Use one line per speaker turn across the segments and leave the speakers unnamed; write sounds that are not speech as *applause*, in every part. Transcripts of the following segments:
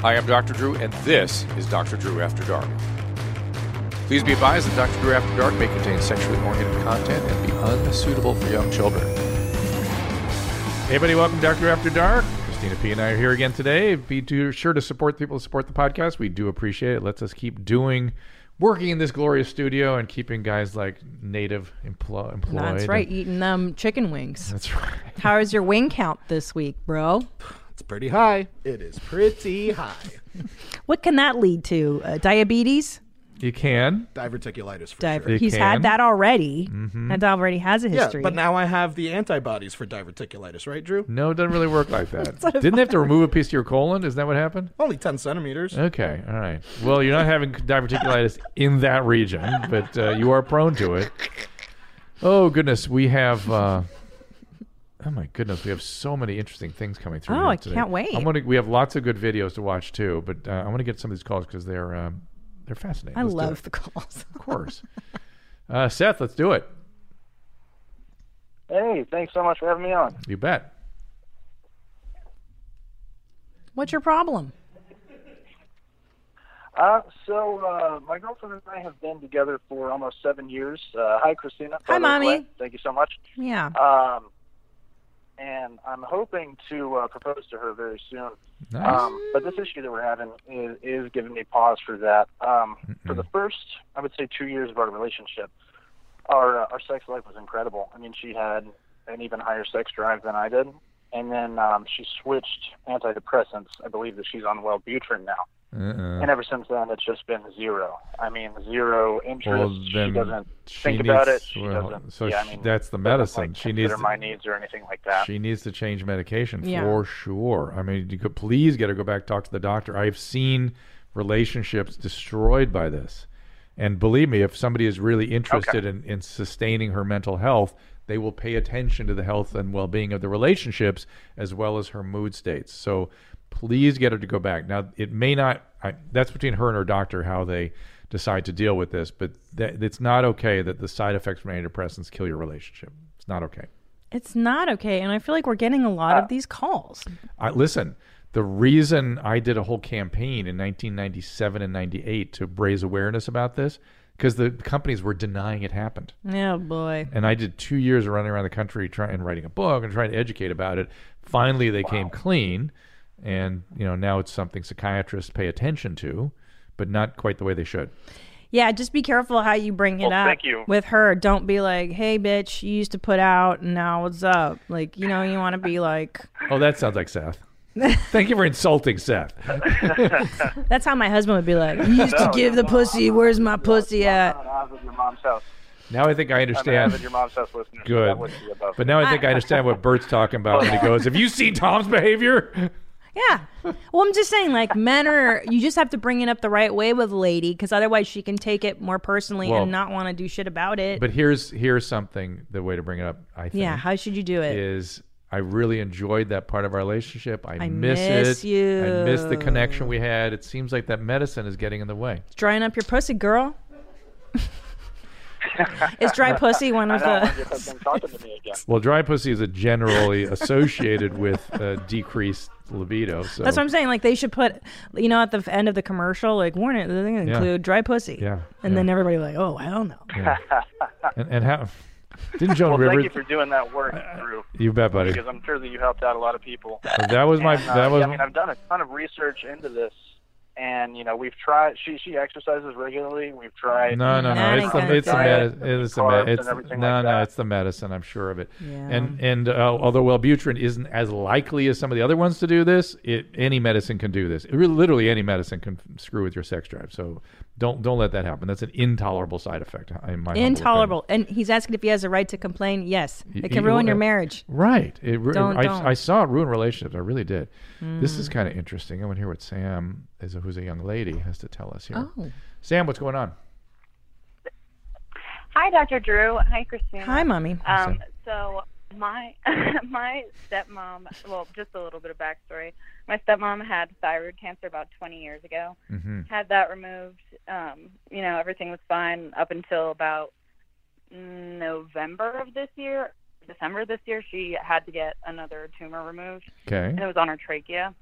Hi, I'm Dr. Drew, and this is Dr. Drew After Dark. Please be advised that Dr. Drew After Dark may contain sexually oriented content and be unsuitable for young children. Hey, everybody, welcome to Dr. Drew After Dark. Christina P. and I are here again today. Be do- sure to support the people that support the podcast. We do appreciate it. It lets us keep doing, working in this glorious studio and keeping guys like native emplo- employed.
That's right, eating them chicken wings.
That's right.
How is your wing count this week, bro?
It's pretty high. It is pretty high.
What can that lead to? Uh, diabetes?
You can.
Diverticulitis for
Diver-
sure. Mm-hmm.
It
He's
can.
had that already. That already has a
Yeah,
history.
but now I have the antibodies for diverticulitis, right, Drew?
No, it doesn't really work like
*laughs*
that. Didn't they have to remove a piece of your colon? Is that what happened?
Only 10 centimeters.
Okay, all right. Well, you're not having diverticulitis in that region, but uh, you are prone to it. Oh goodness, we have. Uh, oh my goodness, we have so many interesting things coming through.
Oh,
here
I
today.
can't wait.
I'm gonna. We have lots of good videos to watch too, but uh, I want to get some of these calls because they're um, they're fascinating.
I
Let's do it.
love the calls.
*laughs*
of course. uh, Seth, let's do it.
Hey, thanks so much for having me on.
You bet.
What's your problem?
Uh, so, uh, my girlfriend and I have been together for almost seven years. Uh, hi, Christina. By
Hi,
the way,
Mommy.
Colette. Thank you so much.
Yeah.
Um, and I'm hoping to uh, propose to her very soon.
Nice.
Um, but this issue that we're having is, is giving me pause for that. Um, for the first, I would say, two years of our relationship, our uh, our sex life was incredible. I mean, she had an even higher sex drive than I did, and then um, she switched antidepressants. I believe that she's on Wellbutrin now,
Uh-uh.
and ever since then, it's just been zero. I mean, zero interest. she doesn't
she
think about it.
needs-
She
well,
doesn't.
So
yeah,
she-
I mean,
that's the
doesn't,
medicine.
Like,
she needs.
consider
to-
my needs or anything like that.
She needs to change medication
Yeah.
for sure. I mean, you could please get her to go back talk to the doctor. I've seen relationships destroyed by this, and believe me, if somebody is really interested in, in sustaining her mental health, they will pay attention to the health and well being of the relationships as well as her mood states. So please get her to go back. Now, it may not. I, that's between her and her doctor how they decide to deal with this, but that, it's not okay that the side effects from antidepressants kill your relationship. It's not okay.
It's not okay. And I feel like we're getting a lot of these calls.
I listen. The reason I did a whole campaign in 1997 and 98 to raise awareness about this because the companies were denying it happened.
Oh, boy.
And I did two years of running around the country trying and writing a book and trying to educate about it. Finally, they came clean, and you know now it's something psychiatrists pay attention to, but not quite the way they should.
Yeah, just be careful how you bring it
Well,
up
thank you.
with her. Don't be like, hey, bitch, you used to put out, and now what's up? Like, you know, you want to be like,
Oh, that sounds like Seth. Thank you for insulting Seth.
that's how my husband would be like, you used to give the pussy, where's my pussy at?
I'm out of your mom's house.
Now I think I
I'm
understand.
out of your mom's house listener. So
Good.
that wouldn't be above.
But now I think I understand what Bert's talking
*laughs*
about when he goes, Have you seen Tom's behavior?
Yeah. Well, I'm just saying, like, men are, you just have to bring it up the right way with a lady because otherwise she can take it more personally
Well,
and not want to do shit about it.
But here's here's something the way to bring it up, I think
yeah, how should you do it?
is I really enjoyed that part of our relationship. I,
miss
it. I miss the
you.
connection we had. It seems like that medicine is getting in the way.
Drying up your pussy,
*laughs*
girl. is dry pussy one
I
of
don't want
the.
to get them talking to me again.
Well, dry pussy is
*laughs*
a generally associated with uh, decreased libido. So
That's what I'm saying. Like, they should put, you know, at the end of the commercial, like, warning, they're going to
Yeah.
include dry pussy.
Yeah,
And
yeah.
then everybody, like, oh, hell no.
and, and how didn't Joan
Well,
Rivers?
thank you for doing that work, Drew,
You bet, buddy.
because I'm sure that you helped out a lot of people.
That was my
And, uh,
that was
yeah, I mean, I've done a ton of research into this, and you know, we've tried. She she exercises regularly. We've tried.
No, no,
Not
no. It's the
against
it's the
diet
med- it's the
and
med-
carbs
it's
and everything
no,
like
no.
that.
It's the medicine. I'm sure of it.
Yeah.
And and uh, although Wellbutrin isn't as likely as some of the other ones to do this, it any medicine can do this. It really, literally any medicine can f- screw with your sex drive. So don't don't let that happen. That's an intolerable side effect. In my humble
Intolerable. And he's asking if he has a right to complain. Yes.
Y-
It can
you-
ruin your
uh,
marriage.
opinion. Right. It, ru-
Don't-
I,
don't. Mm.
I saw it ruin relationships. I really did. This is kind of interesting. I want to hear what Sam, is, who's a young lady, has to tell us here.
Oh.
Sam, what's going on?
Hi, Dr. Drew. Hi, Christina.
Hi, mommy.
Um, so my *laughs* my stepmom. Well, just a little bit of backstory. My stepmom had thyroid cancer about 20 years ago.
Mm-hmm.
Had that removed. Um, you know, everything was fine up until about November of this year. December this year, she had to get another tumor removed,
Okay.
and it was on her trachea.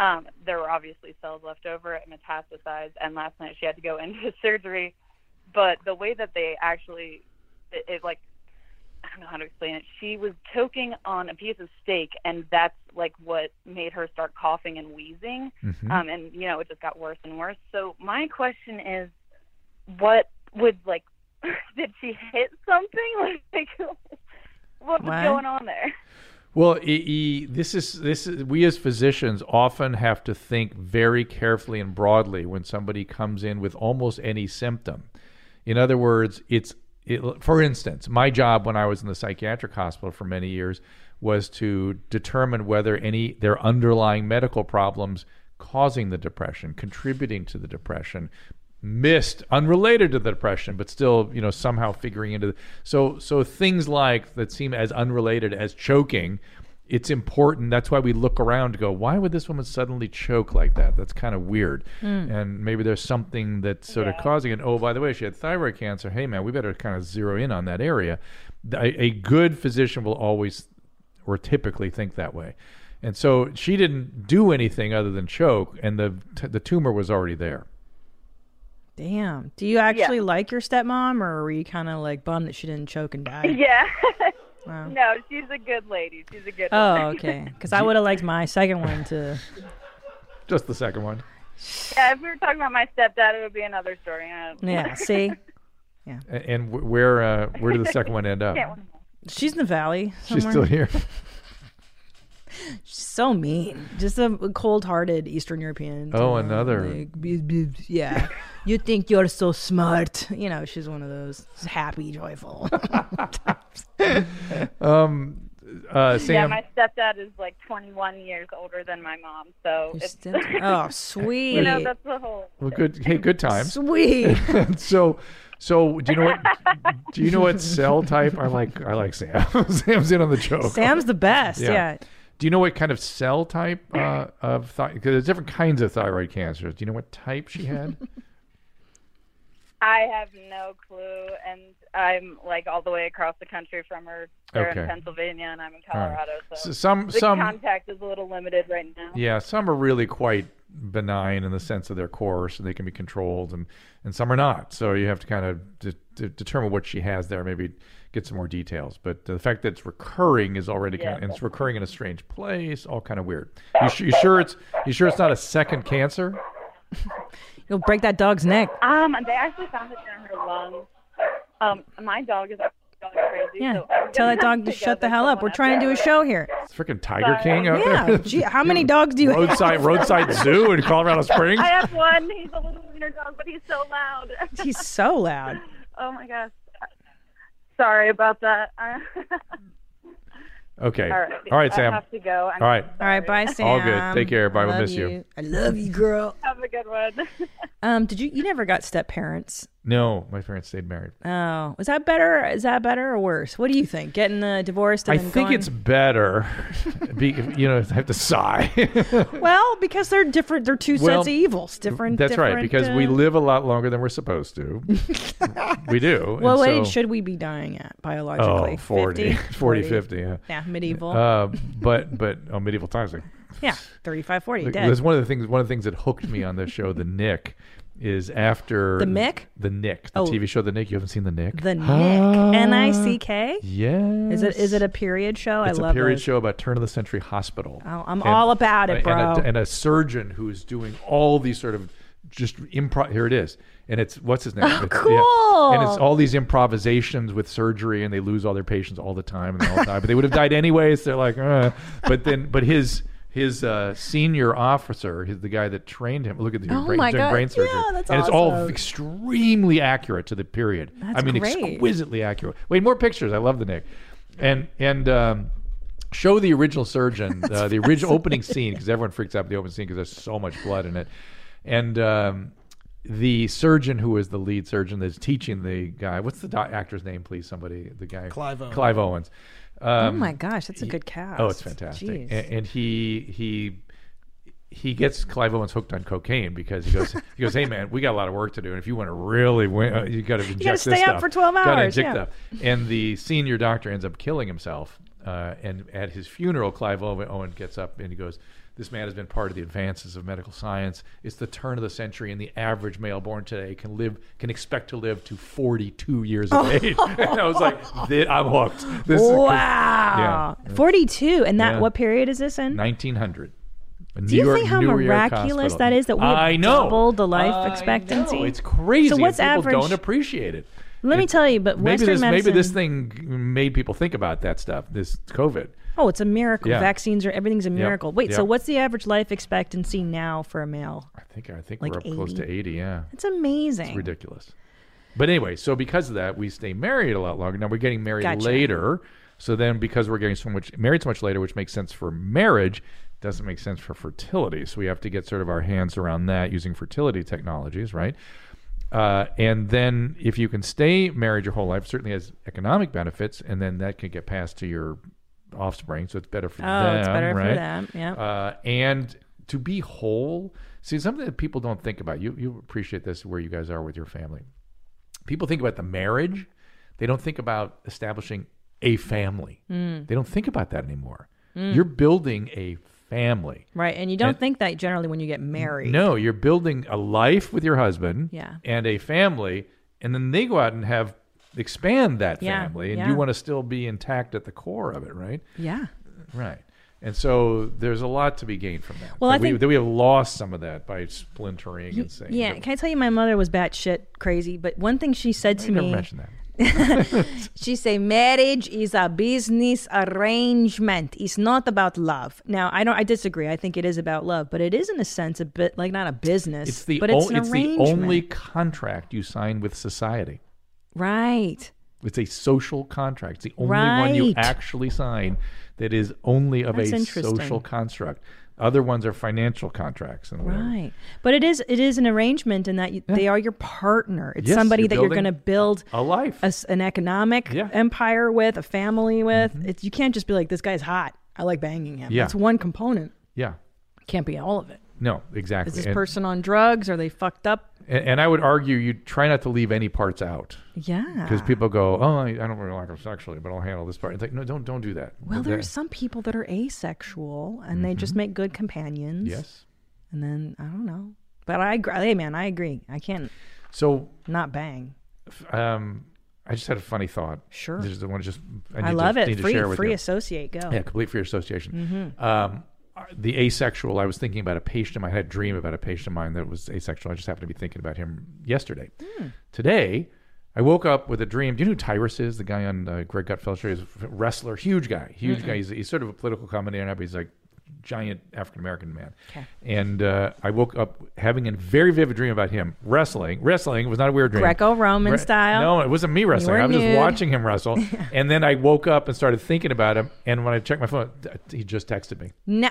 Um, there were obviously cells left over. It metastasized, and last night she had to go *laughs* into surgery. But the way that they actually, it, it like, I don't know how to explain it. She was choking on a piece of steak, and that's like what made her start coughing and wheezing.
Mm-hmm.
Mhm.
Um, and you know, it just got worse and worse. So my question is, what would like, *laughs* did she hit something? *laughs* Like, what was
What?
going on there?
Well, e- e- this is this is we as physicians often have to think very carefully and broadly when somebody comes in with almost any symptom. In other words, it's it, for instance, my job when I was in the psychiatric hospital for many years was to determine whether any their underlying medical problems causing the depression, contributing to the depression, missed unrelated to the depression but still you know somehow figuring into the, so so things like that seem as unrelated as choking it's important that's why we look around to go why would this woman suddenly choke like that that's kind of weird and maybe there's something that's sort of causing it oh by the way she had thyroid cancer hey man we better kind of zero in on that area a, a good physician will always or typically think that way. And so she didn't do anything other than choke, and the the tumor was already there.
Damn. Do you actually like your stepmom, or were you kind of like bummed that she didn't choke and die?
*laughs* Yeah.
Wow.
no, she's a good lady. She's a good.
Oh,
one.
okay.
*laughs*
Because I would have liked my second one to.
Just the second one.
yeah, if we were talking about my stepdad, it would be another story. I don't-
Yeah. See,
A- And wh- where uh, where did the second
*laughs*
one end up?
she's in the valley.
She's
somewhere.
still here.
*laughs* She's so mean. Just a cold-hearted Eastern European.
Oh,
you know,
another.
like, "Bzz, bzz,
*laughs*
yeah. you think you're so smart? You know, she's one of those happy, joyful.
*laughs*
*laughs*
Yeah,
Uh, Sam,
my stepdad is like 21 years older than my mom, so
Your
it's, *laughs*
step- oh, sweet.
you know that's the whole.
well, good. Hey, good times.
sweet.
*laughs* so, so do you know what? Do you know what cell type? I like I like Sam. *laughs* Sam's in on the joke.
Sam's the best.
Yeah.
Yeah.
Do you know what kind of cell type uh, of thyroid? Because there's different kinds of thyroid cancers. Do you know what type she had?
I have no clue, and I'm like all the way across the country from her. They're
Okay.
in Pennsylvania, and I'm in
All right.
Colorado, so,
S- some
the
some
contact is a little limited right now. *laughs*
Yeah, some are really quite benign in the sense of their course, and they can be controlled, and and some are not. So you have to kind of de- de- determine what she has there. Maybe get some more details. But the fact that it's recurring is already kind of, and it's recurring in a strange place, all kind of weird. You, su- you sure it's you sure it's not a second cancer?
You'll break that dog's neck.
Um, they actually found it in her lungs. Um, my dog is dog crazy.
Yeah.
so I'm
Tell
gonna
that dog
have
to
go
shut the
get
hell up.
someone
We're trying to do a
there.
show here.
It's freaking Tiger King out
Uh, Yeah.
there.
Gee,
*laughs*
how many dogs do you have?
roadside roadside zoo in
*laughs*
Colorado Springs.
I have one. He's a little wiener dog, but he's so loud.
He's so loud.
*laughs* oh my gosh. Sorry about that. *laughs* All
Okay,
right.
all right,
I
Sam.
have to go. I'm
All right.
All right, bye, Sam.
All good. Take care. Bye. We'll
Love
miss you.
I love you, girl.
Have a good one. *laughs*
Um, did you? You never got step parents.
No, my parents stayed married.
Oh, is that better? Is that better or worse? What do you think? Getting the divorced. And
I
then
think
going-
it's
*laughs*
better. Be, you know, I have to sigh. *laughs*
well because they're different. They're two
Well,
sets of evils. Different.
That's right,
different,
because we
uh,
live a lot longer than we're supposed
*laughs*
to. we do. and
Well, what
so-
age should we be dying at biologically?
Oh, *laughs* 40,
50?
40, 50, yeah.
Yeah, medieval.
Uh, but but oh, medieval times. Like,
yeah, 35, 40,
like,
dead.
that's one of the things. One of the things that hooked me on this show, The Nick, is after
The Mick?
the Nick, the
Oh.
TV show, The Nick. You haven't seen The Nick? *gasps*
The Nick. N I C K?
yes.
Is it is it a period show?
It's
I love
a period
those.
show about turn of the century hospital.
Oh, I'm all about it,
And
bro.
a, and a surgeon who's doing all these sort of just improv. Here it is, and it's what's his name? It's- yeah.
Oh, cool.
And it's all these improvisations with surgery, and they lose all their patients all the time, and they all die. But they would have died anyways. They're like, uh. but then, but his. His uh, senior officer, his, the guy that trained him. Look at the
Oh
brain,
my
doing
God.
brain surgery,
Yeah, that's
and it's all
awesome.
extremely accurate to the period. I mean,
great.
exquisitely accurate. Wait, more pictures. I love the Nick, and and um, show the original
*laughs*
surgeon uh, the original opening scene because everyone freaks out at the opening scene because there's so much blood in it, and um, the surgeon who is the lead surgeon that's teaching the guy. What's the doc- actor's name, please? Somebody, the guy
Clive Owen.
Clive Owens. Um,
oh my gosh, that's a good cast.
Oh, it's fantastic.
Jeez.
And, and he he he gets Clive Owens hooked on cocaine because he goes he goes, hey man, we got a lot of work to do, and if you want to really win, uh, you got to inject this
stay up
stuff.
for 12
Gotta
hours,
inject
yeah.
stuff. And the senior doctor ends up killing himself. Uh, and at his funeral, Clive Owen, Owen gets up and he goes. This man has been part of the advances of medical science. It's the turn of the century, and the average male born today can live can expect to live to 42 years
*laughs*
of age. *laughs* and I was like, "Thi- I'm hooked. This is 'cause-
Wow. 42. And that,
Yeah.
what period is this in?
1900.
Do you think how miraculous that is that we have
I know.
doubled the life
I know.
expectancy?
It's crazy.
So
and
what's
people
average-
Don't appreciate it.
Let me tell you, but
Maybe
Western
this
medicine.
maybe this thing made people think about that stuff. This COVID.
Oh, it's a miracle.
Yeah.
Vaccines are everything's a miracle. Wait, so
Yep.
what's the average life expectancy now for a male?
I think I think
Like
we're up close
80?
to 80. Yeah,
It's amazing.
ridiculous. But anyway, so because of that, we stay married a lot longer. Now we're getting married
Gotcha.
later. So then, because we're getting so much married so much later, which makes sense for marriage, doesn't make sense for fertility. So we have to get sort of our hands around that using fertility technologies, right? Uh, and then, if you can stay married your whole life, certainly has economic benefits, and then that can get passed to your offspring. So it's better for
Oh,
them,
it's better
right?
for them. Yeah.
uh, and to be whole. See, something that people don't think about. You you appreciate this where you guys are with your family. People think about the marriage. They don't think about establishing a family.
Mm.
They don't think about that anymore. You're building a family.
right. And you don't think that generally when you get married.
No, you're building a life with your husband
Yeah.
and a family, and then they go out and have expand that
Yeah,
family, and
yeah.
you want to still be intact at the core of it, right?
Yeah.
Right. And so there's a lot to be gained from that.
Well,
But
I
we,
think-
that we have lost some of that by splintering and saying.
Yeah.
that-
Can I tell you, my mother was batshit crazy, but one thing she said to
you never
me.
mentioned that.
*laughs* She say marriage is a business arrangement. It's not about love. Now, I don't. I disagree. I think it is about love, but it is in a sense a bit like not a business.
It's the,
but
o-
it's an
it's the
arrangement.
only contract you sign with society.
right.
It's a social contract. It's the only one you
Right.
actually sign that is only of
That's
a
interesting.
social construct. Other ones are financial contracts and whatever.
Right. But it is it is an arrangement in that you, they are your partner. It's
Yes,
somebody
you're
that you're
building
going to build
A life.
a s an economic
Yeah. Mm-hmm.
empire with, a family with. It's, you can't just be like this guy's hot. I like banging him.
Yeah.
It's one component.
yeah.
Can't be all of it.
No, exactly.
Is this
and,
person on drugs? Are they fucked up?
and, and I would argue you try not to leave any parts out.
Yeah.
Because people go, oh, I, I don't really like them sexually, but I'll handle this part. It's like, no, don't don't do that.
Well,
That-
there are some people that are asexual and they just make good companions.
Mm-hmm. Yes.
And then I don't know. But I agree. Hey, man, I agree. I can't
So,
not bang.
um, I just had a funny thought.
Sure.
This is the one. Just I, need
I love
to,
it.
Need
Free,
to share with
free
you.
associate. Go. Mm-hmm.
yeah, complete free association. Um, the asexual. I was thinking about a patient of mine. I had a dream about a patient of mine that was asexual. I just happened to be thinking about him yesterday.
Hmm.
Today, I woke up with a dream. Do you know who Tyrus is? The guy on uh, Greg Gutfeld show. He's a wrestler, huge guy, huge
Mm-hmm.
guy. He's, he's sort of a political commentator, now, but he's like giant African American man.
Okay.
And uh, I woke up having a very vivid dream about him wrestling. Wrestling was not a weird dream.
Greco-Roman
Re-
style.
No, it wasn't me wrestling.
were
I was
nude.
just watching him
*laughs*
wrestle. and then I woke up and started thinking about him. And when I checked my phone, th- he just texted me,
No.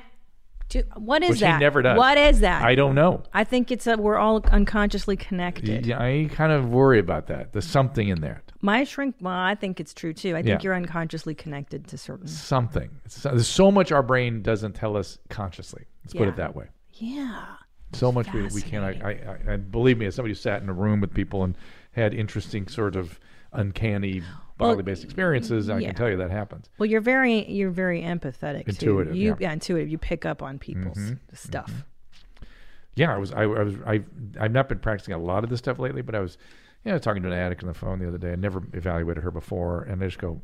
Do- what is
which
that?
he never does.
What is that?
I don't know.
I think it's that we're all unconsciously connected.
Yeah, I kind of worry about that. There's something in there.
My shrink, well, I think it's true too. I think
Yeah.
you're unconsciously connected to certain.
Something. So, there's so much our brain doesn't tell us consciously. Let's put
Yeah.
it that way.
Yeah.
so much we, we can't. I, I, I believe me, as somebody who sat in a room with people and had interesting sort of uncanny bodily-based experiences, I
yeah.
can tell you that happens.
Well, you're very you're very empathetic. too.
Intuitive,
You,
yeah. Mm-hmm.
intuitive. You pick up on people's stuff.
Yeah, I was. I, I was. I've. I've not been practicing a lot of this stuff lately, but I was. You know, talking to an addict on the phone the other day. I never evaluated her before, and I just go,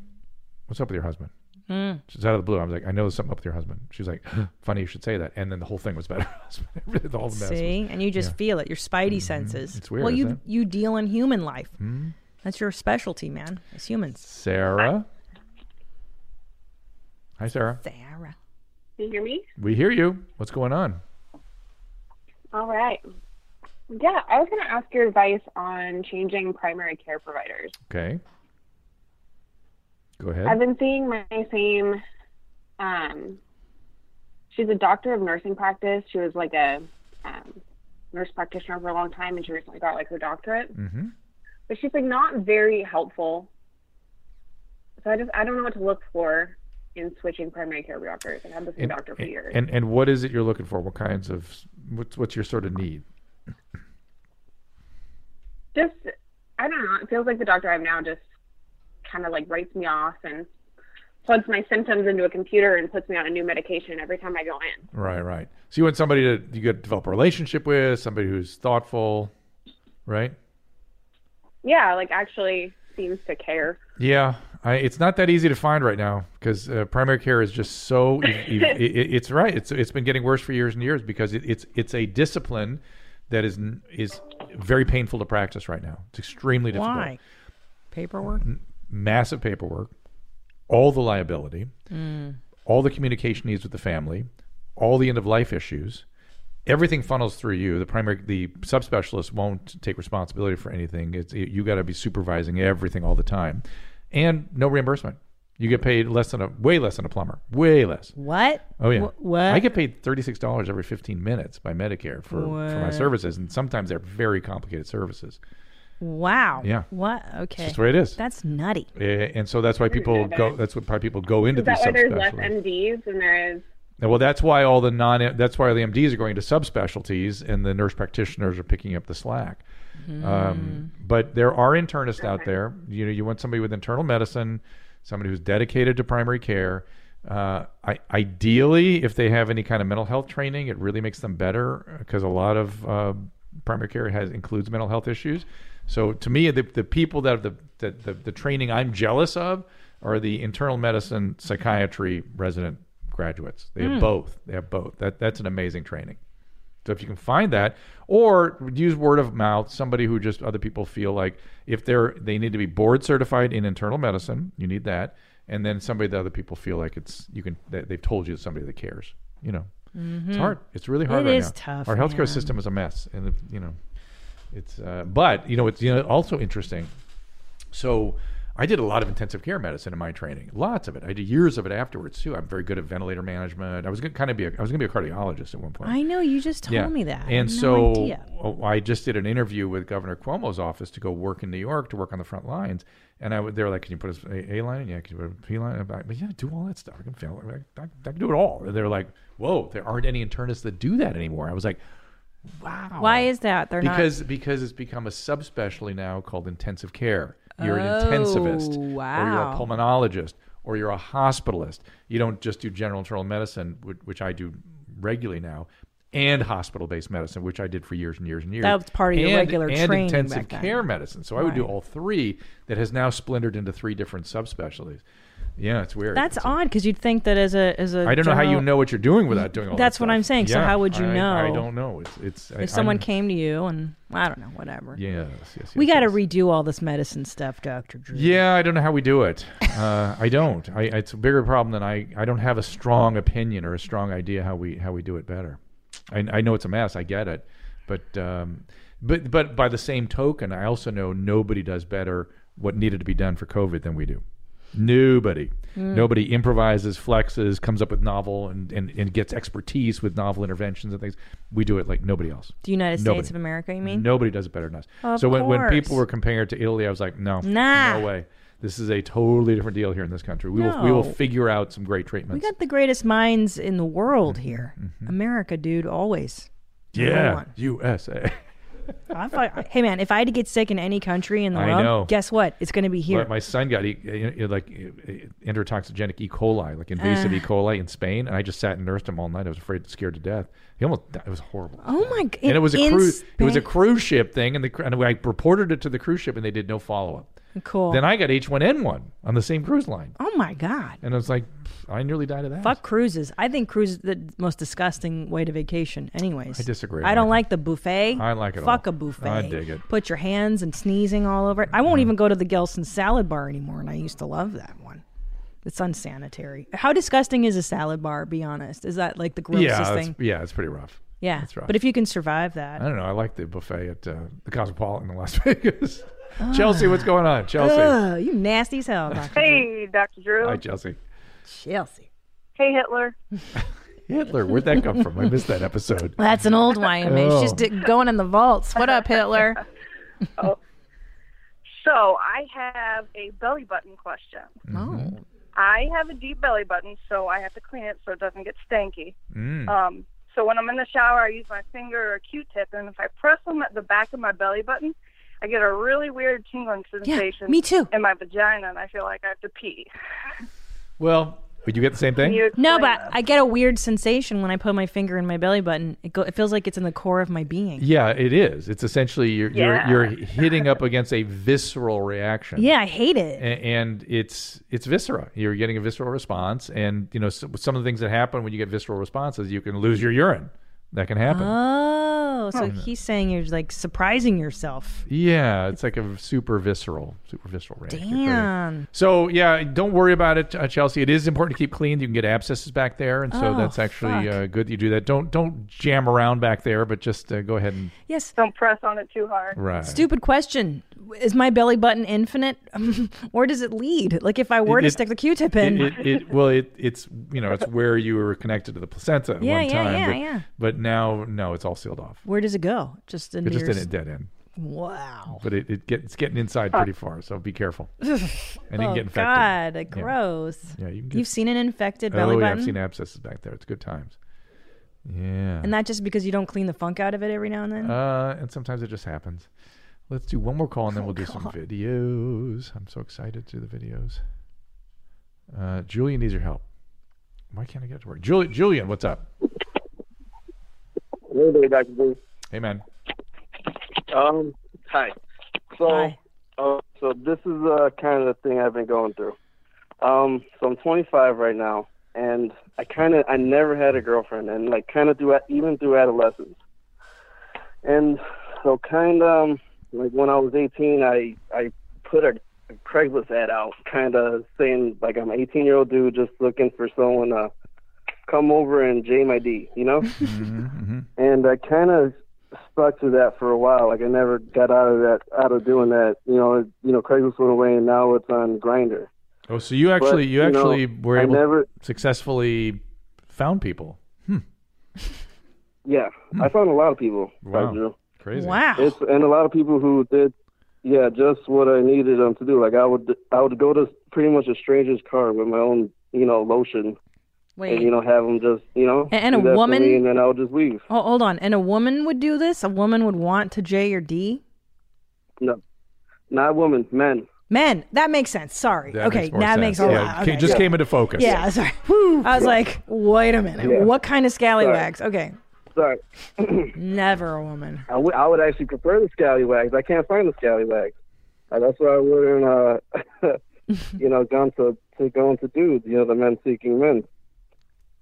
"What's up with your husband?"
Hmm.
She's out of the blue. I was like, "I know there's something up with your husband." She's like, "Funny you should say that." And then the whole thing was about her *laughs* husband. the whole mess. was-
See, and you just feel it. Your spidey senses.
It's weird,
Well, you
isn't it? Mm-hmm.
you deal in human life. That's your specialty, man. As humans.
Sarah. Hi, Sarah.
Sarah.
Can you hear me?
We hear you. What's going on?
All right. Yeah, I was going to ask your advice on changing primary care providers.
Okay. Go
I've
ahead.
been seeing my same. Um, she's a doctor of nursing practice. She was like a um, nurse practitioner for a long time, and she recently got like her doctorate.
Mhm.
But she's like not very helpful. So I just I don't know what to look for in switching primary care doctors. I've had the same
And,
doctor for years.
and and what is it you're looking for? What kinds of what's what's your sort of need?
just I don't know. It feels like the doctor I have now just kind of like writes me off and plugs my symptoms into a computer and puts me on a new medication every time I go in.
Right, right. So you want somebody to you could develop a relationship with, somebody who's thoughtful, right?
Yeah, like actually seems to care.
Yeah, I, it's not that easy to find right now because uh, primary care is just so. e, ev- ev- i- i- it's right. It's it's been getting worse for years and years because it, it's it's a discipline that is n- is very painful to practice right now. It's extremely difficult.
Why? Paperwork.
Massive paperwork, all the liability,
Mm.
all the communication needs with the family, all the end of life issues. Everything funnels through you. The primary, the subspecialist won't take responsibility for anything. It's you got to be supervising everything all the time, and no reimbursement. You get paid less than a way less than a plumber, way less.
What?
Oh yeah.
Wh- what?
I get paid thirty six dollars every fifteen minutes by Medicare for, for my
What?
services, and sometimes they're very complicated services.
Wow.
Yeah.
What? Okay.
That's the way it is,
That's nutty.
Eh, and so that's why people go. That's what why people go into
Is that
these
why there's less
subspecialties.
MDs and there is?
Now, Well, that's why all the non that's why the MDs are going to subspecialties, and the nurse practitioners are picking up the slack.
Mm-hmm.
Um, but there are internists out there. You know, you want somebody with internal medicine, somebody who's dedicated to primary care. Uh, I, ideally, if they have any kind of mental health training, it really makes them better because a lot of uh, primary care has includes mental health issues. So to me, the, the people that have the, that the the training I'm jealous of are the internal medicine psychiatry resident graduates. They have both. They have both. That that's an amazing training. So if you can find that, or use word of mouth, somebody who just other people feel like if they're they need to be board certified in internal medicine, you need that, and then somebody that other people feel like it's you can that they've told you it's somebody that cares. You know, it's hard. It's really hard
Mm-hmm. It
right
is
now.
tough,
Our healthcare
man.
system is a mess, and you know, it's uh, but you know it's you know also interesting. So I did a lot of intensive care medicine in my training, lots of it. I did years of it afterwards too. I'm very good at ventilator management. I was going to kind of be a, I was going to be a cardiologist at one point.
I know. You just told me that. I
And
had no
so
idea.
oh, I just did an interview with Governor Cuomo's office to go work in New York to work on the front lines. And I would, they were like, "Can you put us a, a line? in? Yeah, can you put a P line? in?" I'm like, but yeah, do all that stuff. I can fail. I, I, I can do it all." And they were like, "Whoa, there aren't any internists that do that anymore." I was like, "Wow."
Why is that? They're not.
because because it's become a subspecialty now called intensive care. You're an intensivist,
Oh,
or you're a
wow.
pulmonologist, or you're a hospitalist. You don't just do general internal medicine, which, which I do regularly now, and hospital-based medicine, which I did for years and years and years.
That was part of your
and,
regular
and
training
intensive
back then.
care medicine. So I would do
Right.
all three. That has now splintered into three different subspecialties. Yeah, it's weird.
That's
It's a-
odd because you'd think that as a as a
I don't know how you
general-
know what you're doing without doing all.
That's
that
what I'm
stuff.
saying. So
Yeah,
how would you
I- I
know?
don't know. It's it's I-
if someone
I'm-
came to you and I don't know whatever.
Yes, yes, yes.
we got to
yes.
redo all this medicine stuff, Doctor Drew.
Yeah, I don't know how we do
*laughs*
it. Uh, I don't. I, it's a bigger problem than I. I don't have a strong opinion or a strong idea how we how we do it better. I, I know it's a mess. I get it, but um, but but by the same token, I also know nobody does better what needed to be done for COVID than we do. Nobody,
Hmm.
nobody improvises, flexes, comes up with novel and, and, and gets expertise with novel interventions and things. We do it like nobody else.
The United States
Nobody.
of America, you mean?
Nobody does it better than us.
Of
so when, when people
course.
were comparing it to Italy, I was like, no,
Nah.
no way. This is a totally different deal here in this country. We will we
No.
will figure out some great
We
treatments.
got the greatest minds in the world here. America, dude, always.
Mm-hmm, yeah,
one.
USA.
I thought, hey man, if I had to get sick in any country in the
I
world,
know.
guess what? It's going to be *laughs* here.
But my son got e- e- e- like e- e- enterotoxigenic E. coli, like invasive E. coli in Spain, and I just sat and nursed him all night. I was afraid, scared to death. He almost died. It was horrible.
oh my god!
and it was a cruise. It was a
Spain.
cruise ship thing, and the cru- and I reported it to the cruise ship, and they did no follow up.
cool.
Then I got H1N1 on the same cruise line,
oh my god!
and I was like, pff, I nearly died of that.
Fuck cruises. I think cruise is the most disgusting way to vacation. Anyways, I
disagree.
I don't
I
like the buffet.
I like it
Fuck
all.
a buffet.
I dig it. Mm.
Put your hands and sneezing all over it. I won't even go to the Gelson salad bar anymore, and I used to love that one. It's unsanitary. How disgusting is a salad bar? Be honest. Is that like the grossest
yeah, it's-
thing?
yeah, it's pretty rough.
Yeah,
that's right.
But if you can survive that,
I don't know. I like the buffet at uh, the Cosmopolitan in Las *laughs* Vegas. Chelsea, what's going on? Chelsea.
Ah. Ugh, you nasty as hell, Dr.
Hey, Dr. Drew.
Hi, Chelsea.
Chelsea.
Hey, Hitler.
Hitler, where'd that come from? I missed that
*laughs*
episode.
That's an old YMH.
Oh.
She's di- going in the vaults. What up, Hitler?
So I have a belly button question.
Oh,
I have a deep belly button, so I have to clean it so it doesn't get stanky.
Mm.
Um, so when I'm in the shower, I use my finger or Q-tip, and if I press them at the back of my belly button, I get a really weird tingling
yeah,
sensation
me too.
*laughs* in my vagina, and I feel like I have to pee.
Well, would you get the same thing?
You
No,
explain
but
that?
I get a weird sensation when I put my finger in my belly button. It, go, it feels like it's in the core of my being.
Yeah, it is. It's essentially you're
Yeah.
you're, you're hitting up against a visceral reaction.
Yeah, I hate it.
A- and it's it's viscera. You're getting a visceral response, and you know s some of the things that happen when you get visceral responses, you can lose your urine. That can happen.
Oh, so
Hmm.
he's saying you're like surprising yourself.
Yeah, it's like a super visceral, super visceral reaction. You're pretty-
Damn.
So yeah, don't worry about it, uh, Chelsea. It is important to keep clean. You can get abscesses back there, and so
Oh,
that's actually
fuck.
uh, good that you do that. Don't don't jam around back there, but just uh, go ahead and
Yes.
Don't press on it too hard.
right.
Stupid question. Is my belly button infinite? *laughs* Where does it lead? Like if I were to
it-
stick the Q-tip
It,
in,
it, it well it it's you know it's where you were connected to the placenta at
Yeah,
one
yeah,
time
yeah,
but,
yeah.
but now no it's all sealed off
where does it go? Just into
it just
your
in a dead end
Wow.
but it, it get, it's getting inside pretty far so be
*laughs*
careful and it can
Oh
get infected
God, gross.
yeah you can get
You've seen an infected
oh
belly
yeah
button,
I've seen abscesses back there it's good times yeah
and not just because you don't clean the funk out of it every now and then.
Uh, and sometimes it just happens. Let's do one more call and then we'll
Oh,
do some videos. I'm so excited to do the videos. Uh, Julian needs your help. Why can't I get it to work? Julian, Julian, what's up?
Hey there, Dr. B.
Hey, man.
Um, hi. So,
Hi.
Uh, so this is uh, kind of the thing I've been going through. Um, so I'm 25 right now, and I kind of I never had a girlfriend, and like kind of through even through adolescence. And so kind of um, like when I was 18, I I put a, a Craigslist ad out, kind of saying like I'm an 18 year old dude just looking for someone to come over and jam my D, you know. And I kind of stuck to that for a while. Like I never got out of that, out of doing that. You know, it- you know, Craigslist went away, and now it's on Grinder.
Oh, so you actually, you,
you know,
actually were
I
able
never-
to successfully found people.
Yeah, I found a lot of people.
Hmm. Wow.
Dr. Drew.
Crazy.
wow.
It's and a lot of people who did, yeah, just what I needed them to do. Like I would, I would go to pretty much a stranger's car with my own, you know, lotion,
Wait.
and you know, have them just, you know,
And- and a
do that for
woman-
me, and then I would just leave.
oh, hold on. And a woman would do this. A woman would want to J or D.
No, not women, men.
Men. That makes sense. Sorry.
That
okay.
makes more
that
sense.
makes a
yeah,
lot.
ca-
Okay.
just came into focus.
Yeah, *laughs* sorry. I was like, wait a minute. What kind of scallywags? Okay.
Sorry, *clears throat*
Never a woman.
I would- I would actually prefer the scallywags. I can't find the scallywags. Uh, that's why I wouldn't, uh, *laughs* you know, gone to, to going to dudes, you know, the men seeking men.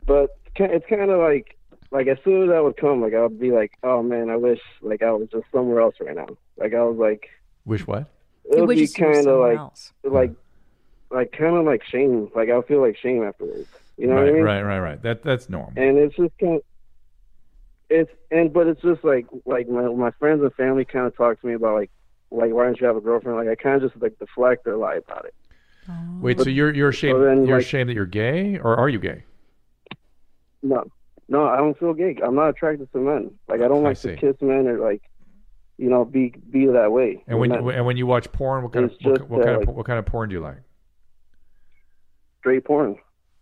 But it's ki- it's kind of like, like as soon as I would come, like I would be like, oh man, I wish like I was just somewhere else right now. Like I was like,
Wish what?
it would be
just use
kind of
someone
like,
else.
like, like kind of like shame. Like I feel like shame afterwards. You know
Right,
what I mean?
right, right, right. That that's normal.
and it's just kind of it's and but it's just like like my my friends and family kind of talk to me about like like why don't you have a girlfriend like I kind of just like deflect or lie about it.
Wait, so you're you're ashamed
then,
you're
like-
ashamed that you're gay, or are you gay?
No, no, I don't feel gay. I'm not attracted to men. Like I don't
I
like to
see.
kiss men or like you know be be that way.
And when
Not
you, and when you watch porn, what kind of
It's
what,
just,
what
uh,
kind of
like-
what kind of porn do you like?
straight porn,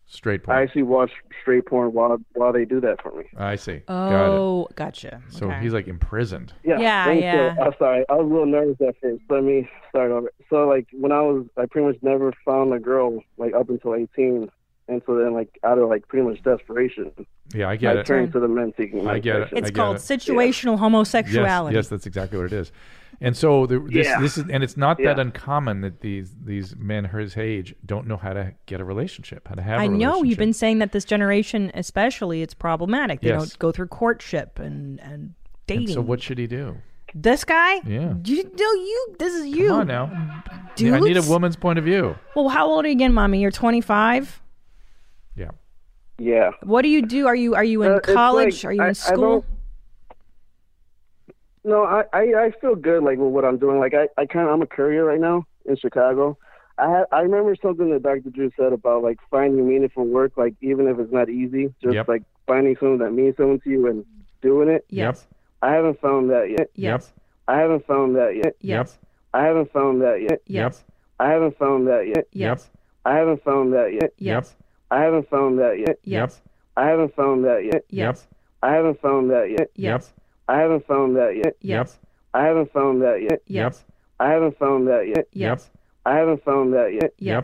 Straight porn.
I actually watch straight porn while while they do that for me.
I see. Got it.
Oh, gotcha.
So
okay.
he's like imprisoned.
Yeah,
Yeah,
and so-
yeah.
I'm sorry, I was a little nervous at first. Let me start over. So like when I was, I pretty much never found a girl like up until 18, and so then like out of like pretty much desperation,
Yeah, I
I
get it.
turned to the men seeking.
I get it.
it's
I get
called
it.
situational homosexuality.
Yes, yes, that's exactly what it is. And so the, this
Yeah.
this is and it's not that
Yeah.
uncommon that these these men his age don't know how to get a relationship, how to have.
I
a
know you've
relationship.
been saying that this generation, especially, it's problematic. They
Yes.
don't go through courtship and and dating.
And so what should he do?
This guy?
Yeah.
You no, you. This is you.
Come on now,
Dudes?
I need a woman's point of view.
Well, how old are you again, mommy? You're 25.
Yeah.
Yeah.
What do you do? Are you are you in
Uh, it's
college?
like,
are you
I-
in
I
school?
don't- No, I, I I feel good like with what I'm doing. Like I I kind of I'm a courier right now in Chicago. I ha- I remember something that Dr. Drew said about like finding meaningful work, like even if it's not easy, just
Yep.
like finding something that means something to you and doing it.
yes.
I haven't found that yet.
Yep.
Yes.
I haven't found that yet.
Yes.
I haven't found that yet.
Yes.
I haven't found that yet.
Yes.
I haven't found that yet.
Yes.
I haven't found that yet.
Yes.
I haven't found that yet.
Yes.
I haven't found that yet.
Yes.
I haven't found that yet.
Yes.
I haven't found that yet.
Yes.
I haven't found that yet.
Yes.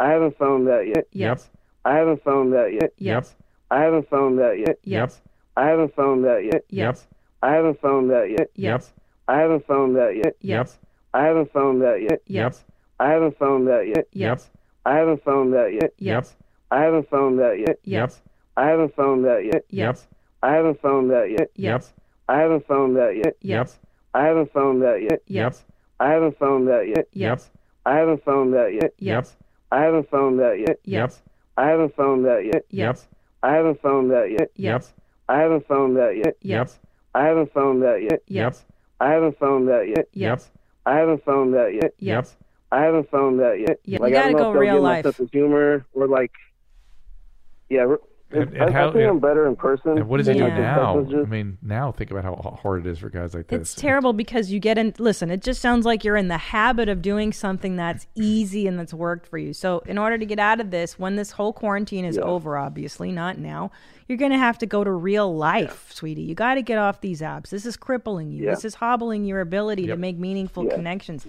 I haven't found that yet.
Yes.
I haven't found that yet.
Yes.
I haven't found that yet.
Yes.
I haven't found that yet.
Yes.
I haven't found that yet.
Yes.
I haven't found that yet.
Yes.
I haven't found that yet.
Yes.
I haven't found that yet.
Yes.
I haven't found that yet.
Yes.
I haven't found that yet.
Yes.
I haven't found that yet.
Yes.
I haven't found that yet.
Yes.
I haven't found that yet.
Yes.
I haven't found that yet.
Yes.
I haven't found that yet.
Yes.
I haven't found that yet.
Yes.
I haven't found that yet.
Yes.
I haven't found that yet.
Yes.
I haven't found that yet.
Yes.
I haven't found that yet.
Yes.
I haven't found that yet.
Yes.
I haven't found that yet.
Yes.
I haven't found that yet. I haven't found that yet. I haven't
Yes. Yes.
found that yet.
Yeah, you
like I
gotta
don't know
go
if they'll
real
give my
life.
sense of humor or like, yeah. we're-
And-
I,
and how-
I think
yeah.
I'm better in person.
And what does he
than
do
Yeah.
with the
now?
text messages.
I mean, now think about how h- hard it is for guys like this.
It's terrible because you get in. Listen, it just sounds like you're in the habit of doing something that's easy and that's worked for you. So, in order to get out of this, when this whole quarantine is over, obviously, not now, you're going to have to go to real life, sweetie. You got to get off these apps. This is crippling you. This is hobbling your ability to make meaningful connections.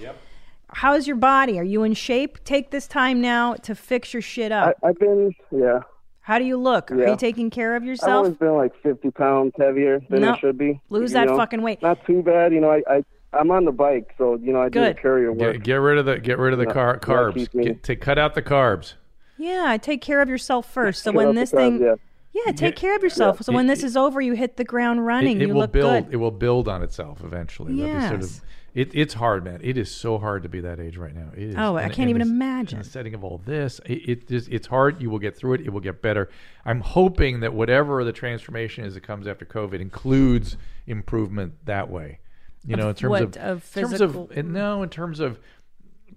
How's your body? Are you in shape? Take this time now to fix your shit up.
I, I've been, yeah.
How do you look? Are
Yeah.
you taking care of
I've
yourself?
always been like 50 pounds heavier than
No.
I should be.
Lose
you
that
know?
fucking weight.
Not too bad, you know. I, I I'm on the bike, so you know I do
Good.
the courier work.
Get, get rid of the get rid of the car,
that
carbs.
keeps me-
Get, to cut out the carbs.
Yeah, take care of yourself first. So
Get
when
off the
this
cars,
thing.
yeah.
Yeah, take care of yourself. So when this is over, you hit the ground running.
It, it
you
will
look
build.
good.
It will build on itself eventually. There'll be sort of-
Yes.
it, it's hard, man. It is so hard to be that age right now. It is,
Oh, I
and-
can't
and
even
this- and
imagine.
the setting of all this. It, it is. It's hard. You will get through it. It will get better. I'm hoping that whatever the transformation is that comes after COVID includes improvement that way. You know, in terms
what?
of,
Of
in
physical-
terms of no, in terms of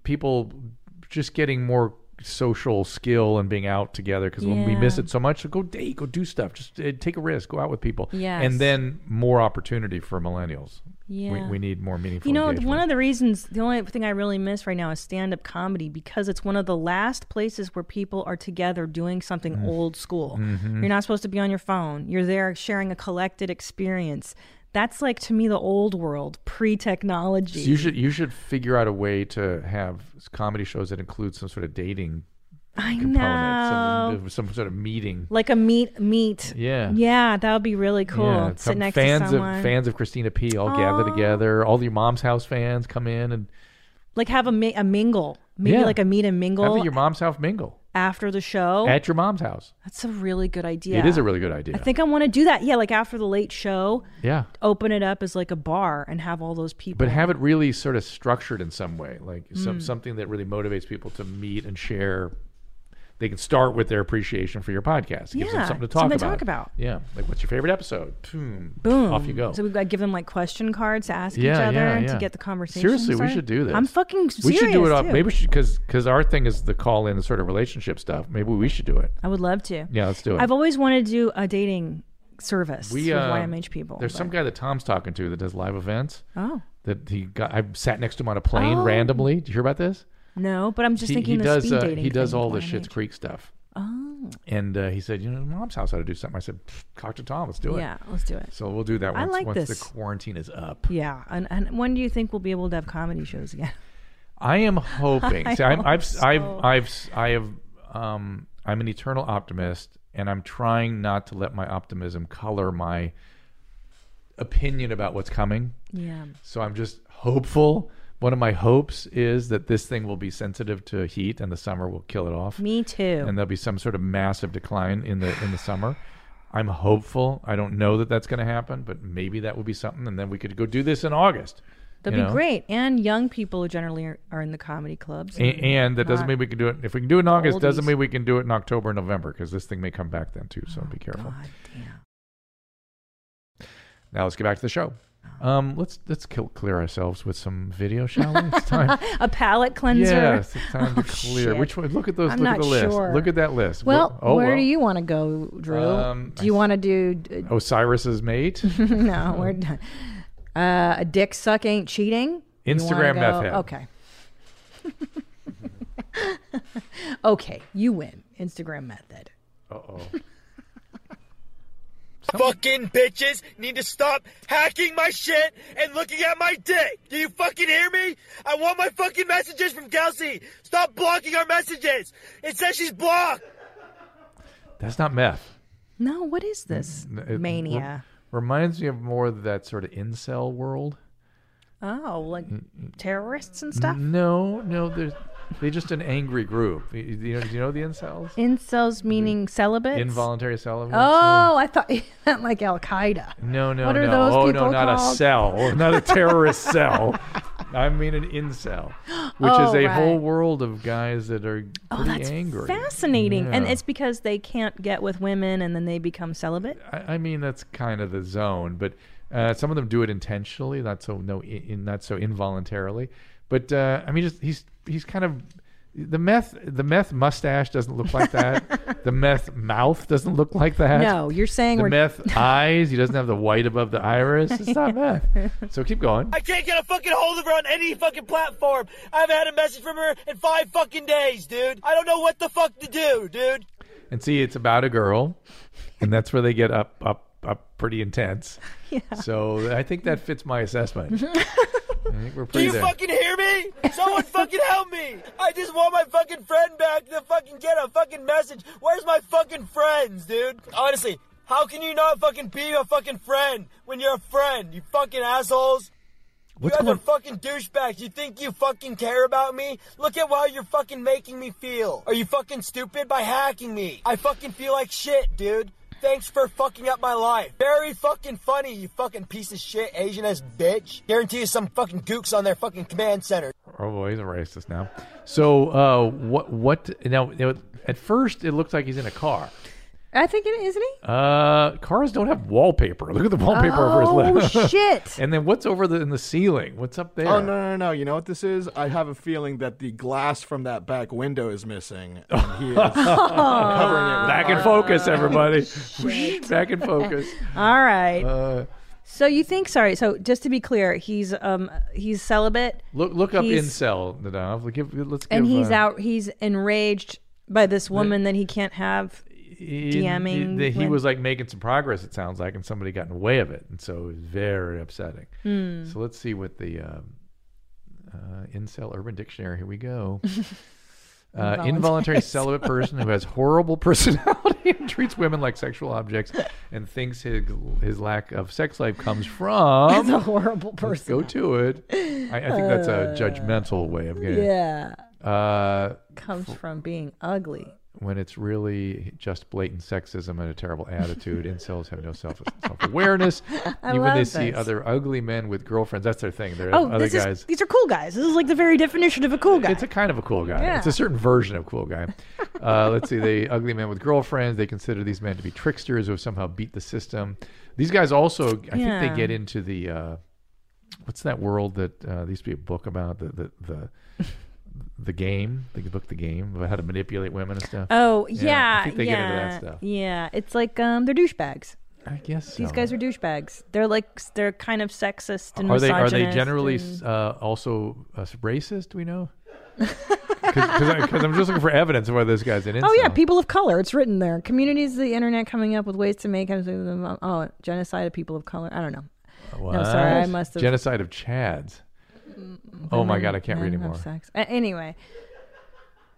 people just getting more social skill and being out together because when we miss
Yeah.
it so much, so go date, go do stuff, just uh, take a risk, go out with people,
Yes.
and then more opportunity for millennials. we,
Yeah.
we need more meaningful.
You know,
engagement.
one of the reasons, the only thing I really miss right now is stand up comedy because it's one of the last places where people are together doing something
Mm.
old school.
Mm-hmm.
You're not supposed to be on your phone, you're there sharing a collected experience. That's like, to me, the old world, pre technology.
So you should you should figure out a way to have comedy shows that include some sort of dating
I know.
component, some, some sort of meeting.
Like a meet, meet.
Yeah.
Yeah, that would be really cool.
Yeah,
Sit
some
next
fans
to someone.
of fans of Christina P. all gather together. All your mom's house fans come in and
like have a, mi- a mingle. Maybe
Yeah.
like a meet and
have
mingle Oh.
at your mom's house mingle
after the show.
at your mom's house.
That's a really good idea.
It is a really good idea.
I think I want to do that. Yeah, like after the late show,
yeah,
open it up as like a bar and have all those people.
but have it really sort of structured in some way, like
Mm.
some something that really motivates people to meet and share. They can start with their appreciation for your podcast. It gives
Yeah,
them something to talk
something to
about.
talk about.
Yeah, like what's your favorite episode? Boom,
Boom.
off you go.
So we like give them like question cards to ask each
Yeah,
other
yeah,
and to
yeah.
get the conversation.
Seriously, we
started.
should do this.
I'm fucking serious.
we should do it off.
too.
Maybe because because our thing is the call in sort of relationship stuff. Maybe we should do it.
I would love to.
Yeah, let's do it.
I've always wanted to do a dating service
We,
with
uh,
YMH people.
There's
but-
some guy that Tom's talking to that does live events.
Oh
That he got. I sat next to him on a plane
Oh.
randomly. Did you hear about this?
no, but I'm just
he,
thinking
he
the
does
speed
uh,
dating.
he does
thing
all the
with
Shit's
YMH.
Creek stuff.
Oh
And uh, he said, you know, mom's house ought to do something. I said, "Pfft, talk to Tom. Let's do it.
yeah, let's do it.
So we'll do that
I
once,
like
once
this.
the quarantine is up.
Yeah, and, and when do you think we'll be able to have comedy shows again? *laughs*
I am hoping.
I
See, I'm,
hope
I've,
so.
I've, I've, I have, um, I'm an eternal optimist, and I'm trying not to let my optimism color my opinion about what's coming.
Yeah,
So I'm just hopeful. One of my hopes is that this thing will be sensitive to heat, and the summer will kill it off.
me too.
and there'll be some sort of massive decline in the in the summer. I'm hopeful. I don't know that that's going to happen, but maybe that would be something, and then we could go do this in August.
That'd
you
be
know?
great. And young people generally are, are in the comedy clubs.
A- And, that doesn't
Not
mean we can do it. If we can do it in August, doesn't
oldies.
mean we can do it in October, and November, because this thing may come back then too. So be careful.
Oh, God damn.
Now let's get back to the show.
Oh.
Um, let's let's kill, clear ourselves with some video, shall we? It's
*laughs*
time.
A palate cleanser.
yes, it's time
*laughs* Oh,
to clear.
shit.
Which one? Look at those.
I'm
look
not
at the list.
sure.
Look at that list.
Well,
Wh- oh,
where
well.
do you want to go, Drew?
Um,
do you want to do?
Osiris's mate.
Uh, *laughs* no, we're done. Uh, a dick suck ain't cheating. You wanna
Instagram meth
go-
head.
Okay. *laughs* okay, you win. Instagram method.
Uh oh.
*laughs* Fucking bitches need to stop hacking my shit and looking at my dick. Do you fucking hear me? I want my fucking messages from Kelsey. Stop blocking our messages. It says she's blocked.
That's not meth.
No, what is this
N- it
mania?
re- reminds me of more of that sort of incel world.
Oh, like terrorists and stuff.
No, no, they're they just an angry group. You, you know, do you know the incels?
Incels meaning celibates.
Involuntary celibacy.
oh, I thought *laughs* you meant like Al Qaeda.
No, no,
What
no.
are those
oh no,
people
not a
called?
cell, *laughs* not a terrorist
*laughs*
cell. I mean an incel, which is
Oh,
a
right.
whole world of guys that are pretty
Oh, that's
angry.
fascinating. And
Yeah.
it's because they can't get with women, and then they become celibate.
I, I mean that's kind of the zone, but uh, some of them do it intentionally, not so no, in, not so involuntarily. But uh, I mean, just he's he's kind of the meth the meth mustache doesn't look like
*laughs*
that. the meth mouth doesn't look like that.
No, you're saying
The
we're
meth eyes, he doesn't have the white above the iris. It's
*laughs*
not meth. So keep going.
I can't get a fucking hold of her on any fucking platform. I haven't had a message from her in five fucking days, dude. I don't know what the fuck to do, dude.
And see, it's about a girl, and that's where they get up, up, up pretty
*laughs*
intense. So I think that fits my assessment. I think we're
Do
pretty
you
there.
fucking hear me? Someone fucking help me! I just want my fucking friend back to fucking get a fucking message. Where's my fucking friends, dude? Honestly, how can you not fucking be a fucking friend when you're a friend? You fucking assholes.
What's
you guys
going-
are fucking douchebags. You think you fucking care about me? Look at how you're fucking making me feel. Are you fucking stupid by hacking me? I fucking feel like shit, dude. Thanks for fucking up my life. Very fucking funny, you fucking piece of shit, Asian ass bitch. Guarantee you some fucking gooks on their fucking command center.
Oh boy, he's a racist now. So uh, what? What now? you know, At first, it looks like he's in a car.
I think it isn't he?
Uh, cars don't have wallpaper. Look at the wallpaper over
oh
his left.
shit!
*laughs* and then what's over the in the ceiling? What's up there?
Oh no no no! You know what this is? I have a feeling that the glass from that back window is missing, and he
*laughs*
*laughs*
is Oh, covering it. With
Back in focus, everybody. *laughs* Back in focus.
*laughs* All right.
Uh,
so you think? Sorry. So just to be clear, he's um he's celibate,
look, look up
He's-
incel, Nadav. Look, give, let's give.
and he's
uh,
out. He's enraged by this woman that he can't have.
in-
DMing
the- He,
when-
was like making some progress. It sounds like, and somebody got in the way of it, and so it was very upsetting.
Hmm.
So let's see what the um, uh, incel Urban Dictionary. Here we
*laughs*
go. Uh, involuntary celibate person who has horrible *laughs* personality and treats women like sexual objects and thinks his, his lack of sex life comes from.
He's a horrible
Let's
person. Uh,
go to it. I, I think that's a judgmental way of getting
Yeah,
it. Uh,
comes from being ugly.
when it's really just blatant sexism and a terrible
*laughs*
attitude. Incels have no self self awareness. Even when they
love
see
this.
other ugly men with girlfriends, that's their thing. They're
Oh,
other
this
guys.
is, these are cool guys. This is like the very definition of a cool guy.
It's a kind of a cool guy. It's a
Yeah.
certain version of cool
*laughs*
guy. Uh, let's see, they ugly men with girlfriends. They consider these men to be tricksters who somehow beat the system. These guys also, I think
Yeah.
they get into the uh, what's that world that uh, there used to be a book about the the
*laughs*
the, the game. The book, the game about how to manipulate women and stuff.
Oh
Yeah, I
yeah, yeah,
think they get into that stuff.
yeah. It's like um, they're douchebags.
I guess
These
so.
guys are douchebags. They're like they're kind of sexist and
are they are
misogynist.
they generally
and-
uh, also uh, racist? Do we
*laughs*
know? Because I'm just looking for evidence of whether this guy's an incel.
Oh yeah, people of color. It's written there. Communities of the internet coming up with ways to make oh genocide of people of color. I don't know.
What?
sorry, I must have- Mm,
genocide of Chads. Oh my god, I can't read
Men have
anymore.
sex. A- anyway, *sighs*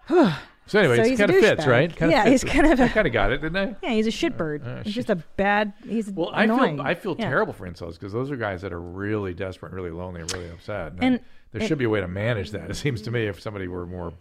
So anyway,
So
it
he's
kind
a
of fits,
douchebag.
right? Kinda
Yeah,
fits. Oh,
he's kind of a-
I kind of got it, didn't I?
yeah, he's a shitbird. he's just a bad. He's
Well, I
annoying.
feel I feel
Yeah.
terrible for incels because those are guys that are really desperate, really lonely, and really upset. And,
And
there should be a way to manage that. It seems to me if somebody were more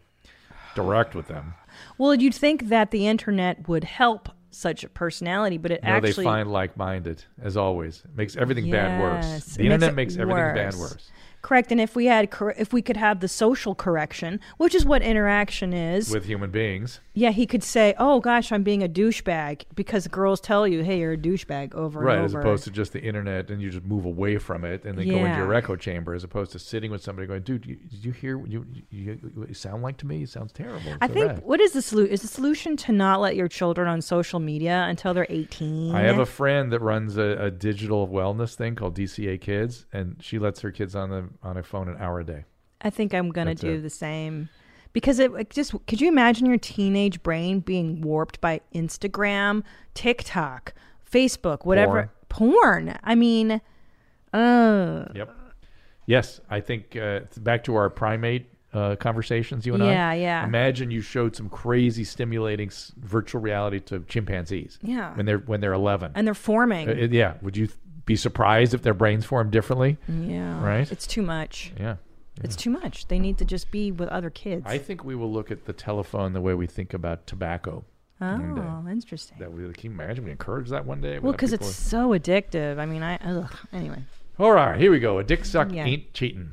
direct with them.
Well, you'd think that the internet would help such a personality, but it
No,
actually
they find like-minded as always. makes everything bad worse.
Yes,
The
it makes
internet
it
makes everything bad
worse.
worse.
correct. And if we had cor- if we could have the social correction, which is what interaction is,
with human beings.
Yeah, he could say, "Oh gosh, I'm being a douchebag," because girls tell you, "Hey, you're a douchebag," over
Right,
and
as
over.
opposed to just the internet and you just move away from it and then go into
Yeah.
your echo chamber as opposed to sitting with somebody going, dude, you, did you hear what you, you, what you sound like to me? It sounds terrible. It's
I
so
think
bad."
what is the solution? Is the solution to not let your children on social media until they're 18?
I have a friend that runs a, a digital wellness thing called DCA Kids, and she lets her kids on the on a phone an hour a day.
I think I'm gonna
That's
do
it.
the same because it, it just could you imagine your teenage brain being warped by Instagram, TikTok, Facebook, whatever. Porn. I mean, uh,
Yep. Yes, I think uh, it's back to our primate uh, conversations, you and
Yeah,
I.
yeah.
Imagine you showed some crazy stimulating s- virtual reality to chimpanzees.
Yeah.
When they're when they're eleven.
and they're forming.
Uh, it- yeah. Would you th- be surprised if their brains form differently?
yeah.
right.
It's too much.
Yeah.
It's too much. They need to just be with other kids.
I think we will look at the telephone the way we think about tobacco. and, uh,
oh, interesting.
That we can you imagine we encourage that one day. Without
Well, because
people-
it's so addictive. I mean, I ugh. anyway.
all right. Here we go. A dick suck
Yeah.
ain't cheating.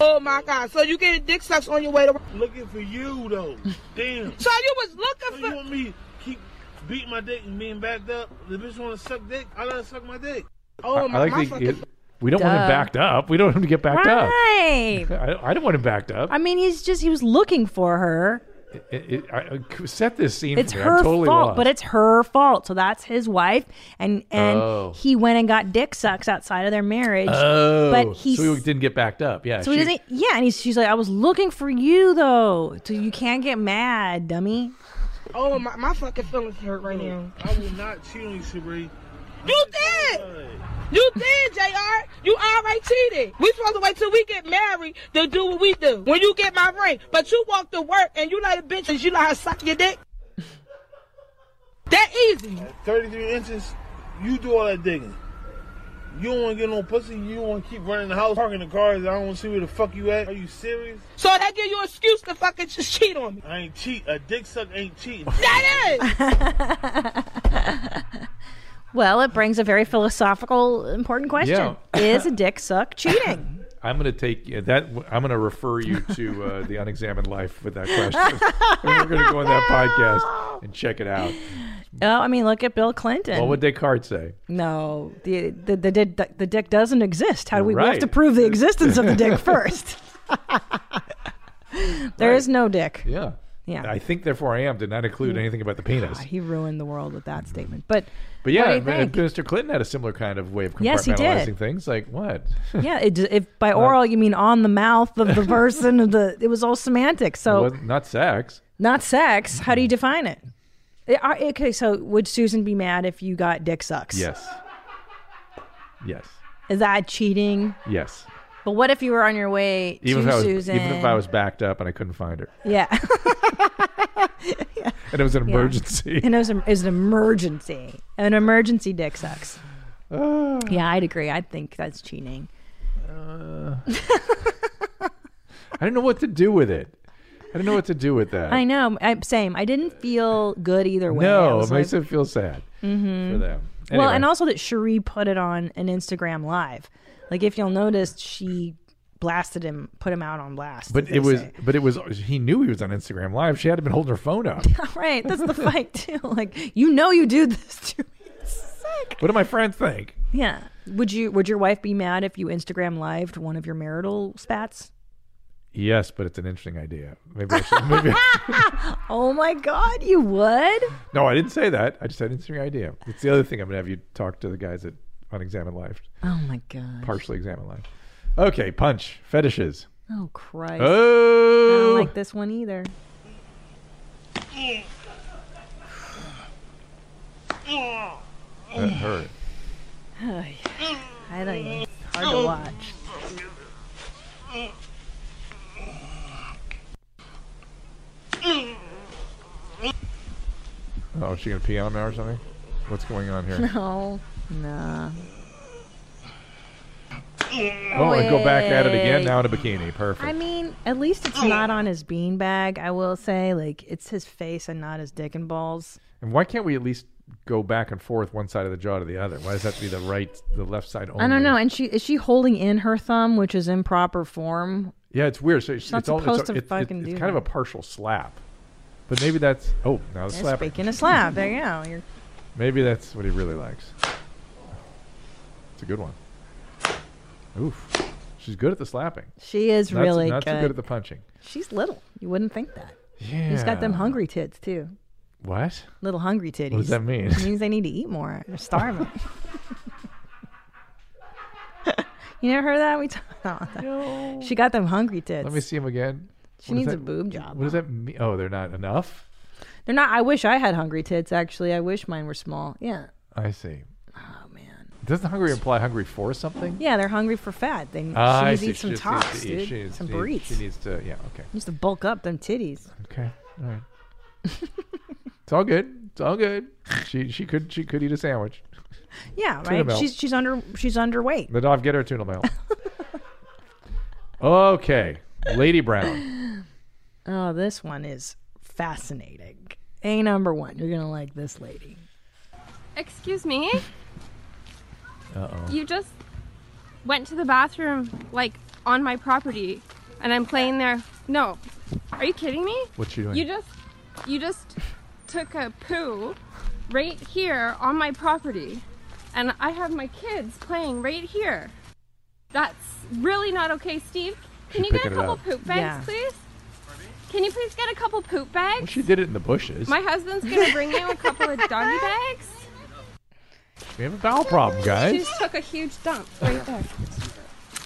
Oh my God! So you getting dick sucks on your way to? work?
Looking for you though. Damn.
*laughs* So you was looking
You
for?
want me to keep beating my dick and being backed up? The bitch want to suck dick? I let her suck my dick.
Oh
I
my,
like
my
the,
fucking.
it- we don't want him
Duh.
backed up. We don't want him to get backed
Right.
up. *laughs* I, I don't want him backed up.
I mean, he's just he was looking for her.
It, it, I, I- set this scene.
It's
for me.
her
I'm totally
fault,
lost.
but it's her fault. So that's his wife, and and
Oh.
he went and got dick sucks outside of their marriage.
oh,
but he's-
so he didn't get backed up. Yeah.
so he
she-
doesn't. e Yeah, and he's, she's like, I was looking for you though, so you can't get mad, dummy.
Oh my, my fucking feelings hurt right now.
I will not cheat on you, Shabri.
You did. You did, Jr. You already cheated. We supposed to wait till we get married to do what we do. When you get my ring, but you walk to work and you like a bitch and you like her suck your dick. That easy.
33 inches, you do all that digging. You don't want to get no pussy. You want to keep running the house, parking the cars. I don't want to see where the fuck you at. Are you serious?
So that give you an excuse to fucking just cheat on me.
I ain't cheat. A dick suck ain't cheating. *laughs*
That is.
Well, it brings a very philosophical, important question: Is a dick suck
*laughs*
cheating?
I'm going to take yeah, that. I'm going to refer
*laughs*
you to uh, the unexamined life with that question. We're going to go on that podcast and check it out.
oh, I mean, look at Bill Clinton.
What would Descartes say?
No, the the, the dick the dick doesn't exist. How do we, we
Right.
have to prove the existence of
*laughs*
the dick first? *laughs* There is no dick.
Yeah.
Yeah.
I think therefore I am did not include anything about the penis.
He ruined the world with that statement. But
But yeah,
What do you
and *laughs*
think?
Mr. Clinton had a similar kind of way of compartmentalizing
Yes, he did.
things. Like what?
yeah, it, if by oral you mean on the mouth of the person, of the it was all semantics.
It Mm-hmm.
So
wasn't- not sex.
not sex. How do you define it? It- are- Okay, so would Susan be mad if you got dick sucks?
Yes. Yes.
Is that cheating?
Yes.
But what if you were on your way
Even
to
if I was
Susan?
even if I was backed up and I couldn't find her.
yeah.
*laughs* And it was an emergency.
And it was, a, it was an emergency. An emergency dick sucks.
Ah.
yeah, I'd agree. I think that's cheating.
*laughs* Uh, I didn't know what to do with it. I didn't know what to do with that.
I know. I, same. I didn't feel good either way. I
No, it
was
makes
like- mm-hmm. mm.
it feel sad for them.
well,
Anyway.
and also that Cherie put it on an Instagram live. Like if you'll notice, she blasted him, put him out on blast.
but
as
it
they
was,
say. *laughs*
but it was. He knew he was on Instagram Live. She had been holding her phone
*laughs*
up.
right. That's the fight *laughs* too. Like you know, you do
*laughs*
this to me.
what do my friends think?
Yeah. Would you? Would your wife be mad if you Instagram lived one of your marital spats?
Yes, but it's an interesting idea. Maybe I should.
*laughs*
Maybe,
Oh my God, you would.
no, I didn't say that. I just had an interesting idea. It's the other thing. I'm gonna have you talk to the guys at Unexamined Life,
Oh my God.
partially examined life. Okay, punch fetishes.
Oh Christ. I
Oh,
don't like this one either.
Oh.
that hurt.
I don't even. It's hard to watch. *laughs*
Oh, is she gonna pee on him now or something? What's going on
*laughs*
here?
Oh, nah.
Oh, and go back at it again
Wait.
now in a bikini. Perfect.
I mean, at least it's not on his beanbag. I will say, like, it's his face and not his dick and balls.
And why can't we at least go back and forth one side of the jaw to the other? Why does that have to be the right, the left side only?
I don't know. And she is she holding in her thumb, which is improper form.
Yeah, it's weird. So it's,
not
it's all,
supposed
it's,
to
it's,
fucking
it's,
do
it's kind of a
that.
partial slap. But maybe that's oh now the
That's
slap.
Speaking of slap, there you go. You're,
*laughs* Maybe that's what he really likes. It's a good one. Oof, she's good at the slapping.
she is
Not,
really
not so
good.
good at the punching.
She's little. You wouldn't think that.
Yeah,
She's got them hungry tits too.
What?
Little hungry titties.
What does that mean? *laughs*
It means they need to eat more. They're starving. *laughs* you never heard that? We talked about that. She got them hungry tits.
Let me see him again.
she
what is
needs
that-
a boob job.
What does that mean? Oh, they're not enough.
They're not. I wish I had hungry tits. Actually, I wish mine were small. Yeah.
I see. Oh man. Doesn't hungry imply hungry for
*laughs*
something?
Yeah, they're hungry for fat. They
Ah, I
she needs to
see. She
eat some
just needs
tots,
to eat.
dude.
She needs-
some
she-
burritos.
She needs to. Yeah. Okay.
Needs to bulk up them titties.
Okay. All right. It's all good. It's all good. She she could she could eat a sandwich.
Yeah,
Tuna
right.
melt.
She's she's under she's underweight.
The dog get her tuna
*laughs*
melt. okay, Lady Brown.
Oh, this one is fascinating. A number one. You're gonna like this lady.
Excuse me?
Uh oh.
You just went to the bathroom, like, on my property, and I'm playing there. No. Are you kidding me?
What's she doing?
You just, you just took a poo right here on my property, and I have my kids playing right here. That's really not okay, Steve. Can
She's
you get a
picking it
couple
up.
poop bags,
Yeah.
please? Can you please get a couple poop
Well,
bags?
she did it in the bushes.
My husband's gonna bring you a couple of doggy bags.
we have a bowel problem,
She
guys.
just took a huge dump right there.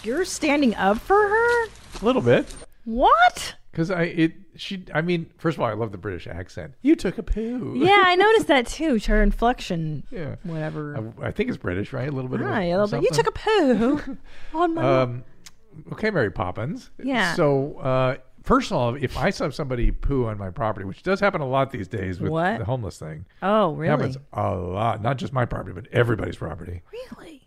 You're standing up for her?
A little bit.
What?
Because I it she I mean first of all I love the British accent. You took a poo.
Yeah,
*laughs*
I noticed that too. Her inflection.
Yeah.
Whatever.
I, I think it's British, right? A little bit. of a-
Hi, a little bit. You
something.
took
*laughs*
a poo on my.
Um, okay, Mary Poppins.
Yeah.
So, uh, first of all, if I saw somebody poo on my property, which does happen a lot these days with
What?
the homeless thing,
oh,
It
really?
happens a lot. Not just my property, but everybody's property.
Really?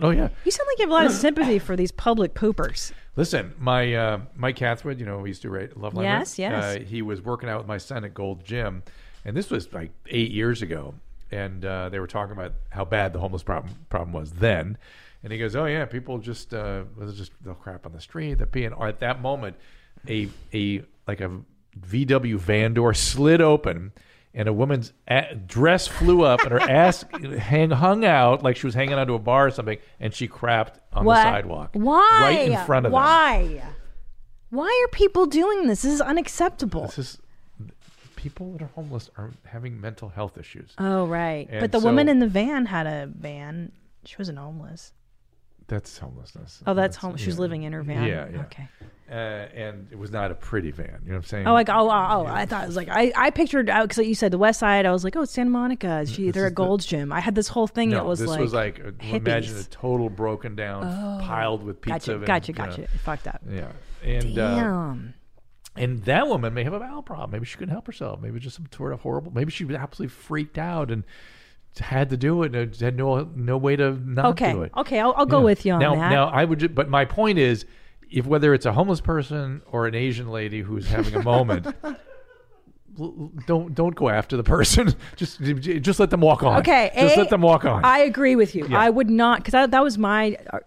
oh yeah.
You sound like you have a lot of sympathy for these public poopers.
Listen, my uh, Mike Cathwood, you know, we used to write Love Line.
Yes, yes.
Uh, he was working out with my son at Gold Gym, and this was like eight years ago, and uh, they were talking about how bad the homeless problem problem was then, and he goes, "Oh yeah, people just uh, there's just they'll crap on the street, they're peeing." Or at that moment, a a like a VW van door slid open. And a woman's a- dress flew up, and her ass *laughs* hang hung out like she was hanging onto a bar or something, and she crapped on
What?
the sidewalk,
Why?
right in front of them.
Why? Why are people doing this? This is unacceptable.
This is people that are homeless are having mental health issues.
oh right.
And
But the woman
so-
in the van had a van. She wasn't homeless.
that's homelessness.
Oh, that's home- she's
yeah.
living in her van.
Yeah, yeah.
Okay.
Uh, and it was not a pretty van. You know what I'm saying?
Oh, like oh, oh, oh I thought it was like I, I pictured because you said the West Side. I was like, oh, it's Santa Monica. Is She, they're at Gold's Gym. I had this whole thing
no,
that was
this
like,
was like uh, imagine a
hippies.
total broken down,
Oh.
piled with pizza.
Gotcha,
and,
gotcha,
you know,
gotcha. Fucked up.
Yeah, and
Damn.
Uh, and that woman may have a bowel problem. Maybe she couldn't help herself. Maybe just some sort of horrible. Maybe she was absolutely freaked out and had to do it and had no no way to not
Okay,
do it.
okay, I'll- I'll go with you on
now,
that.
Now I would, ju- but my point is, if whether it's a homeless person or an Asian lady who's having a moment. *laughs* l- l- Don't don't go after the person. *laughs* Just just let them walk on.
Okay,
just
A,
let them walk on.
I agree with you.
Yeah.
I would not because that, that was my uh,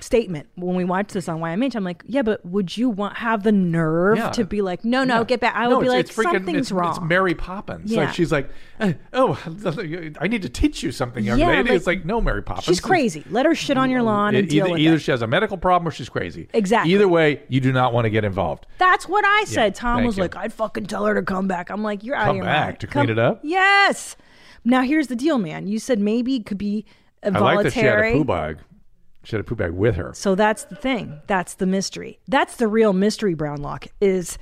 statement when we watched this on YMH. I'm like, yeah, but would you want have the nerve
Yeah.
to be like, no, no,
Yeah.
get back? I
No,
would be
it's-
like,
it's freaking-
something's
it's-
wrong.
It's Mary Poppins.
Yeah.
Like she's like, eh, oh, *laughs* I need to teach you something, young
Yeah,
lady.
like-
it's like, no, Mary Poppins.
She's crazy. Let her shit on your lawn and
It-
deal
e- either
with
either
it.
she has a medical problem or she's crazy.
Exactly.
Either way, you do not want to get involved.
That's what I
Yeah,
said. Tom
thank
was
you.
like, I'd fucking tell her to come back. I'm like, you're out of
Come
your
back
mind.
to clean it up?
Yes. Now here's the deal, man. You said maybe it could be a
I like that she had
voluntary.
a poo bag. She had a poo bag with her.
So that's the thing. That's the mystery. That's the real mystery, Brownlock, is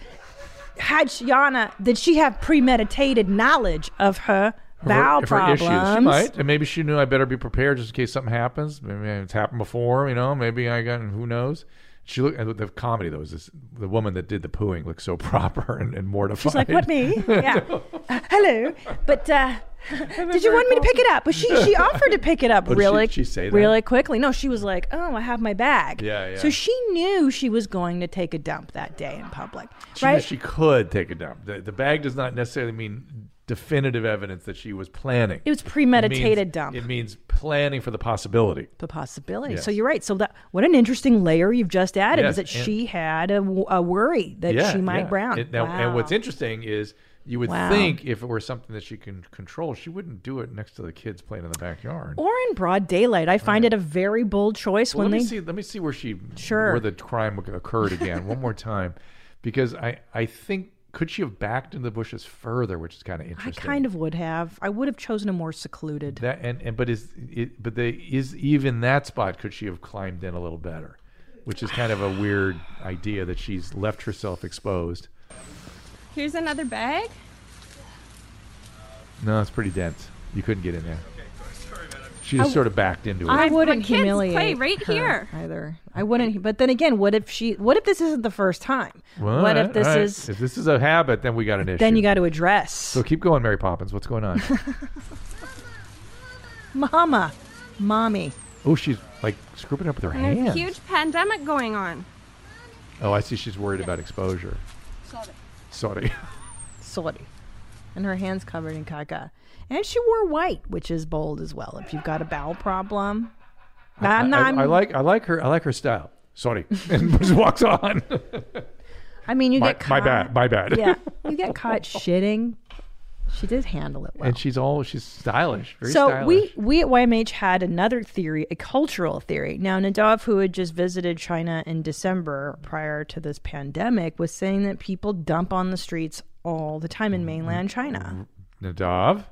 had Shiana, did she have premeditated knowledge of her,
Her-
bowel
her
problems?
Issues. She might, and maybe she knew I better be prepared just in case something happens. Maybe it's happened before, you know. Maybe I got, who knows? She looked at the comedy though. Was this the woman that did the pooing looked so *laughs* proper and, and mortified?
She's like, what me?
*laughs*
Yeah. Uh, hello. But uh, did you want me to pick it up? But she,
*laughs*
she offered to pick it up
Oh, did she-
really,
she say that?
really quickly. No, she was like, oh, I have my bag.
Yeah, yeah.
So she knew she was going to take a dump that day in public,
She,
right?
she could take a dump. The, the bag does not necessarily mean definitive evidence that she was planning.
It was premeditated
means-
dump.
It means planning for the possibility.
the possibility.
Yes.
So you're right. So that what an interesting layer you've just added
Yes,
is that
and-
she had a, w- a worry that
yeah,
she might
yeah.
brown.
It- now,
Wow.
And what's interesting is you would
Wow.
think if it were something that she can control, she wouldn't do it next to the kids playing in the backyard.
or in broad daylight, I find it a very bold choice
Well,
when
let
they
me see. Let me see where she
Sure.
where the crime occurred again one
*laughs*
more time, because I I think could she have backed into the bushes further, which is kind of
I
interesting.
kind of would have. I would have chosen a more secluded.
That and, and but is it, but they is even that spot could she have climbed in a little better, which is kind of a weird idea that she's left herself exposed.
Here's another bag.
No, it's pretty dense. You couldn't get in there. She just
I-
sort of backed into it.
I wouldn't
kids play
humiliate
right
her
here.
either. I wouldn't. But then again, what if she? What if this isn't the first time?
Well,
what
all
if
right,
this
all right.
is?
If this is a habit, then we got an issue.
Then you got to address, So
keep going, Mary Poppins. What's
*laughs*
going on?
Mama, mommy.
oh, she's like screwing up with her
And there's a
hand.
huge pandemic going on.
Oh, I see. She's worried about exposure. Sorry.
Sorry. And her hands covered in caca. And she wore white, which is bold as well. If you've got a bowel problem,
I-
I'm
I,
not.
I like I like her I like her style.
*laughs*
Sorry, *laughs* and just walks on.
I mean, you
my,
get caught.
my bad, my bad. *laughs*
yeah, you get caught shitting. She did handle it well.
and she's all she's stylish. Very
so
stylish.
we we at YMH had another theory, a cultural theory. Now Nadav, who had just visited China in December prior to this pandemic, was saying that people dump on the streets all the time in mainland China.
Nadav.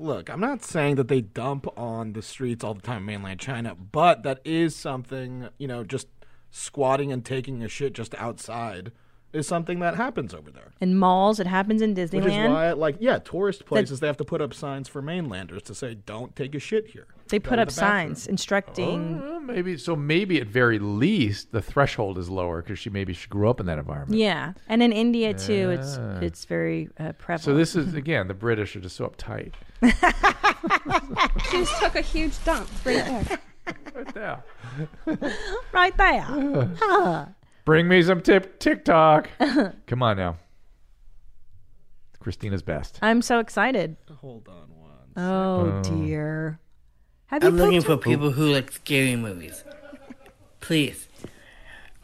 Look, I'm not saying that they dump on the streets all the time in mainland China, but that is something, you know, just squatting and taking a shit just outside is something that happens over there.
In malls, it happens in Disneyland.
Which is why, like, yeah, tourist places, they have to put up signs for mainlanders to say, don't take a shit here.
They
Go
put
to
up
the bathroom."
signs instructing.
Oh, Well, maybe so. Maybe at very least the threshold is lower because she maybe she grew up in that environment.
Yeah, and in India too, it's
Ah.
it's very uh, prevalent.
So this is again the British are just so uptight.
She just took a huge dump right
*laughs*
there.
right there.
*laughs*
right there. Huh.
Bring me some tip TikTok. Come on now. Christina's best.
I'm so excited.
Hold on one.
Oh
second.
dear. Have you
I'm looking
poked-
for people who like scary movies. Please.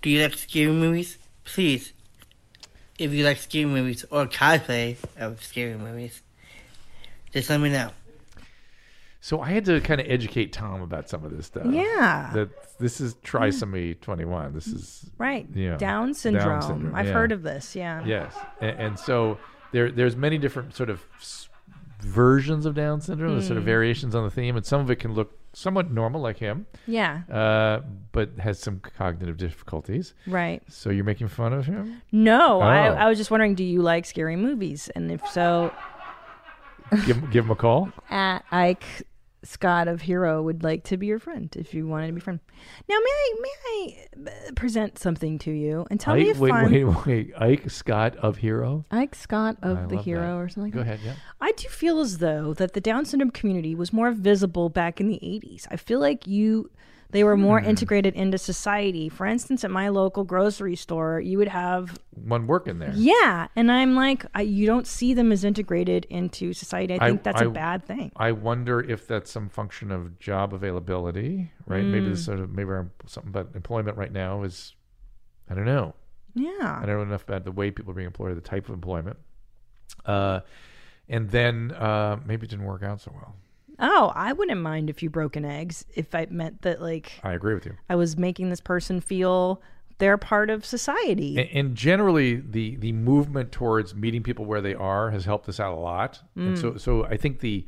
Do you like scary movies? Please. If you like scary movies or cosplay of scary movies, just let me know.
So I had to kind of educate Tom about some of this stuff.
Yeah.
That this is trisomy 21. This is
Right.
Yeah.
Down syndrome. I've
yeah.
heard of this, yeah.
Yes. And, and so there there's many different sort of s- versions of Down syndrome, there's sort of
Mm.
variations on the theme, and some of it can look somewhat normal like him.
Yeah.
Uh, but has some cognitive difficulties.
Right.
So you're making fun of him?
No, I,
Oh.
I was just wondering, do you like scary movies? And if so,
give, give him a call.
at Uh, Ike Scott of Hero would like to be your friend if you wanted to be friend. Now, may I may I uh, present something to you and tell
Ike,
me if
wait,
fun.
wait, wait. Ike Scott of Hero.
Ike Scott of
I
the
love
Hero
that.
or something like
Go
that.
ahead, yeah.
I do feel as though that the Down syndrome community was more visible back in the 80s. I feel like you they were more
Hmm.
integrated into society. For instance, at my local grocery store, you would have
One working there.
yeah, and I'm like I, you don't see them as integrated into society. I think that's a
a
bad thing.
I wonder if that's some function of job availability, right? Maybe this
Mm.
sort of maybe our, something about employment right now is, I don't know.
Yeah.
I don't know enough about the way people are being employed, the type of employment. Uh, and then uh, maybe it didn't work out so well.
Oh, I wouldn't mind if you broke an eggs if it meant that like
I agree with you.
I was making this person feel they're part of society.
And, and generally, the the movement towards meeting people where they are has helped us out a lot.
Mm.
And so, so I think the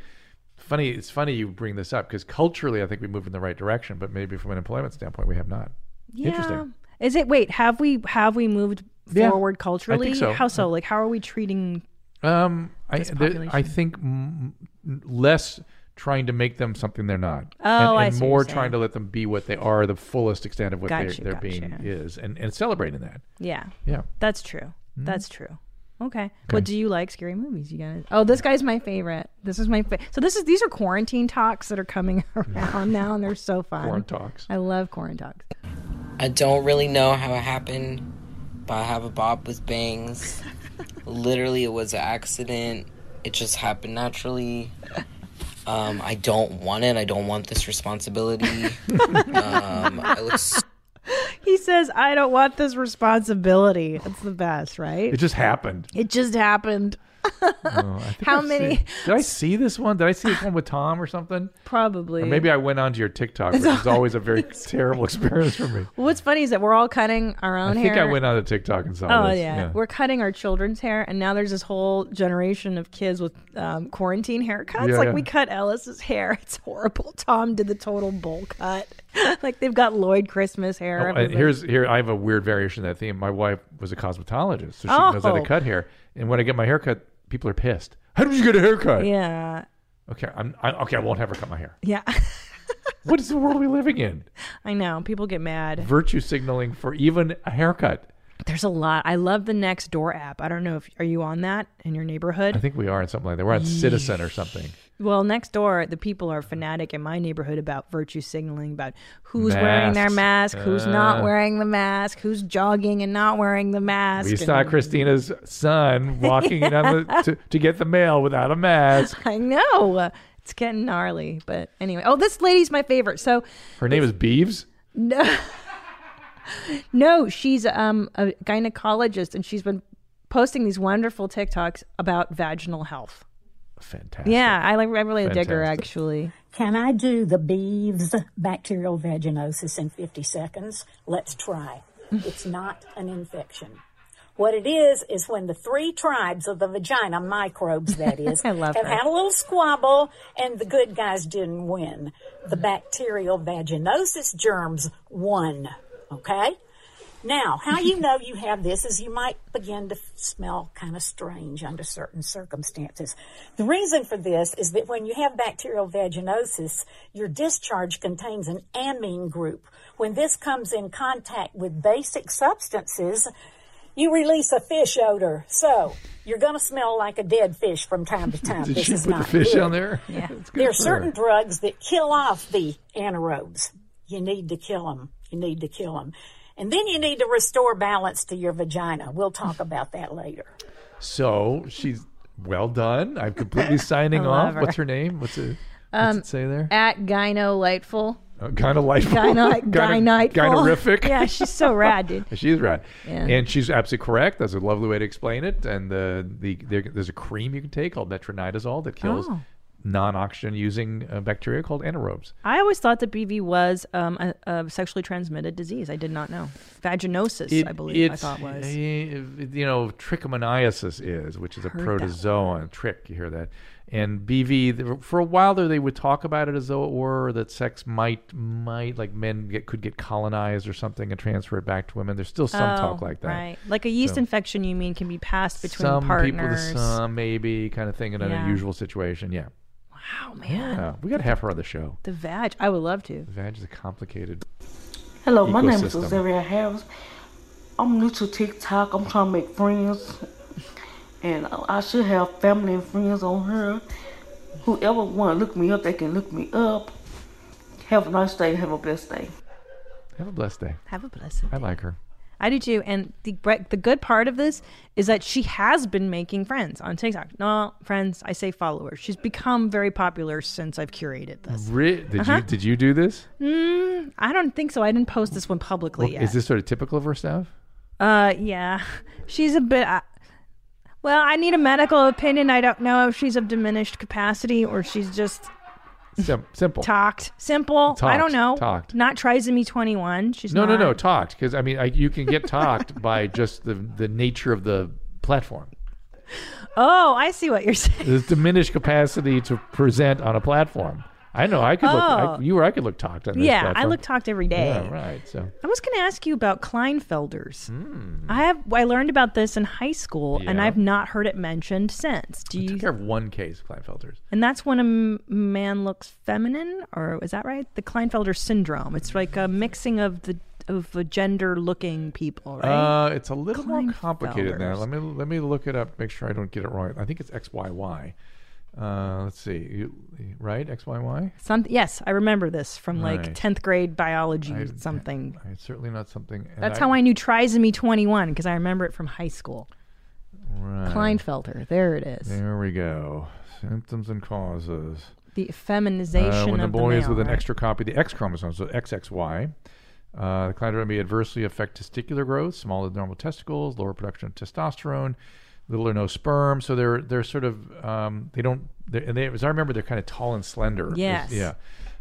funny it's funny you bring this up because culturally, I think we move in the right direction, but maybe from an employment standpoint, we have not.
yeah.
Interesting.
Is it wait, have we have we moved
Yeah,
forward
I think
culturally?
so.
How so? Like how are we treating
Um, I
This
there, I
population.
think m- m- less trying to make them something they're not,
Oh,
and, and
I see what
more
you're
trying
saying.
to let them be what they are, the fullest extent of what
Gotcha,
they're, they're
gotcha.
being is, and and celebrating that.
Yeah.
Yeah.
That's true.
Mhm.
That's true. Okay.
Okay.
Well, do you like scary movies? You guys. Oh, this guy's my favorite. This is my fa- so this is these are quarantine talks that are coming *laughs* around now, and they're so fun.
Quarant talks.
I love quarantine talks.
I don't really know how it happened, but I have a bob with bangs. Literally, it was an accident. It just happened naturally. Um, I don't want it. I don't want this responsibility. um, I
*laughs*
look so
He says, "I don't want this responsibility." That's the best, right?
It just
*laughs*
happened.
It just happened.
Oh, I think
How
I've seen-
many-
did I see this one? Did I see this one with Tom or something?
Probably.
Or maybe I went onto your TikTok, which is always a
*laughs*
very terrible experience for me.
What's funny is that we're all cutting our
I
*laughs* own hair.
think I went onto TikTok and saw
Oh
this.
yeah. we're cutting our children's hair, and now there's this whole generation of kids with um, quarantine haircuts.
Yeah,
like
yeah.
we cut Ellis's hair; *laughs* it's horrible. Tom did the total bowl cut. *laughs* like they've got Lloyd Christmas hair.
Oh, and
everybody.
here's here. I have a weird variation of that theme. My wife was a cosmetologist, so she knows how
Oh.
to cut hair. And when I get my hair cut, people are pissed. How did you get a haircut?
Yeah.
Okay, I'm I, okay. I won't ever cut my hair.
Yeah. *laughs*
what is the world we living in?
I know. People get mad.
Virtue signaling for even a haircut.
There's a lot. I love the Next Door app. I don't know if are you on that in your neighborhood?
I think we are in something like that. We're on Citizen or something.
Well, next door, the people are fanatic in my neighborhood about virtue signaling, about who's wearing their mask,
Masks.
who's
Uh.
not wearing the mask, who's jogging and not wearing the mask.
We
and-
saw Christina's son walking down the, to, to get the mail without a mask.
*laughs* I know. It's getting gnarly. But anyway. Oh, this lady's my favorite. So, *laughs*
Her name is Beeves.
no. no, she's um, a gynecologist and she's been posting these wonderful TikToks about vaginal health.
Fantastic.
Yeah, I like I really dig her
Fantastic.
actually.
Can I do the Beeves bacterial vaginosis in 50 seconds? Let's try. It's not an infection. What it is is when the three tribes of the vagina, microbes that is,
*laughs* I love
have
her.
had a little squabble and the good guys didn't win. The bacterial vaginosis germs won. Okay? Now, how you know you have this is you might begin to f- smell kind of strange under certain circumstances. The reason for this is that when you have bacterial vaginosis, your discharge contains an amine group. When this comes in contact with basic substances, you release a fish odor. So you're going to smell like a dead fish from time
*laughs*
to time.
Did
this
she
is
put the
not
fish
good.
on there? *laughs* Yeah.
There are
for
certain
her.
drugs that kill off the anaerobes. You need to kill them. You need to kill them. And then you need to restore balance to your vagina. We'll talk about that later.
So she's well done. I'm
*laughs*
completely signing
I love
off.
her.
What's her name? What's it, what's
Um,
it say there?
At Gyno Lightful.
Uh, kind of like *laughs*
Gyno, gyno,
Gynorific.
Yeah, she's so rad, dude.
*laughs* She's right,
Yeah.
and she's absolutely correct. That's a lovely way to explain it. And the the there, there's a cream you can take called metronidazole that kills
Oh.
non-oxygen using uh, bacteria called anaerobes.
I always thought that BV was um, a, a sexually transmitted disease. I did not know. Vaginosis, I believe, I
it's-
thought was.
eh, you know, trichomoniasis is, which is a
Heard that
protozoan. Trick, you hear that? And BV th- for a while there, they would talk about it as though it were that sex might might like men get, could get colonized or something and transfer it back to women. There's still some talk
Oh,
like that.
Right. Like a yeast
So-
infection, you mean, can be passed between
some people to
partners.
some maybe kind of thing in an
Yeah.
unusual situation. Yeah.
Wow, man.
Yeah. We got to have her on the show.
The vag. I would love to.
Vag is a complicated.
Hello, my name is
ecosystem.
Rosaria Harris. I'm new to TikTok. I'm trying to make friends, and I should have family and friends on here. Whoever want to look me up, they can look me up. Have a nice day. Have a blessed day.
Have a blessed day.
Have a blessed
I like her.
I do too. And the bre- the good part of this is that she has been making friends on TikTok. No, friends, I say followers. She's become very popular since I've curated this.
Re- did
Uh-huh.
you did you do this?
Mm, I don't think so. I didn't post this one publicly yet.
Is this sort of typical of her stuff?
Uh, yeah, she's a bit. I well, I need a medical opinion. I don't know if she's of diminished capacity or she's just *laughs*
Sim- simple.
talked. Simple. I
Talked,
don't know.
talked.
Not trisomy twenty one. She's
no, no,
not-
no, talked because I mean I, you can get
*laughs*
talked by just the the nature of the platform.
Oh, I see what you're *laughs* saying.
There's diminished capacity to present on a platform. I know I could look I,
Oh.
you or I could look talked on. This
Yeah, I
platform.
look talked every day.
Yeah, right. So
I was going to ask you about Kleinfelders. I have. I learned about this in high school, and
Hmm. Yeah.
I've not heard it mentioned since. Do
I
you?
took care of one case, of Kleinfelters.
And that's when a m- man looks feminine, or is that right? The Kleinfelder syndrome. It's like a mixing of the of the gender looking people,
Uh,
right?
it's a little more complicated now. Let me let me look it up. Make sure I don't get it wrong. I think it's X Y Y. Uh, let's see. You, right? X Y Y.
Some, yes, I remember this from like
Right.
tenth grade biology
I-
or something.
It's certainly not something. and
That's how I knew trisomy twenty one because I remember it from high school.
Right.
Kleinfelder, there it is.
There we go. Symptoms and causes.
The
Uh,
feminization
when
of
the boy
male,
is with an
right?
extra copy of the X chromosome, so XXY, uh, the chondroma may adversely affect testicular growth, smaller than normal testicles, lower production of testosterone, little or no sperm. So they're they're sort of um, they don't. They're, and they, as I remember, they're kind of tall and slender. Is-
Yes.
Yeah.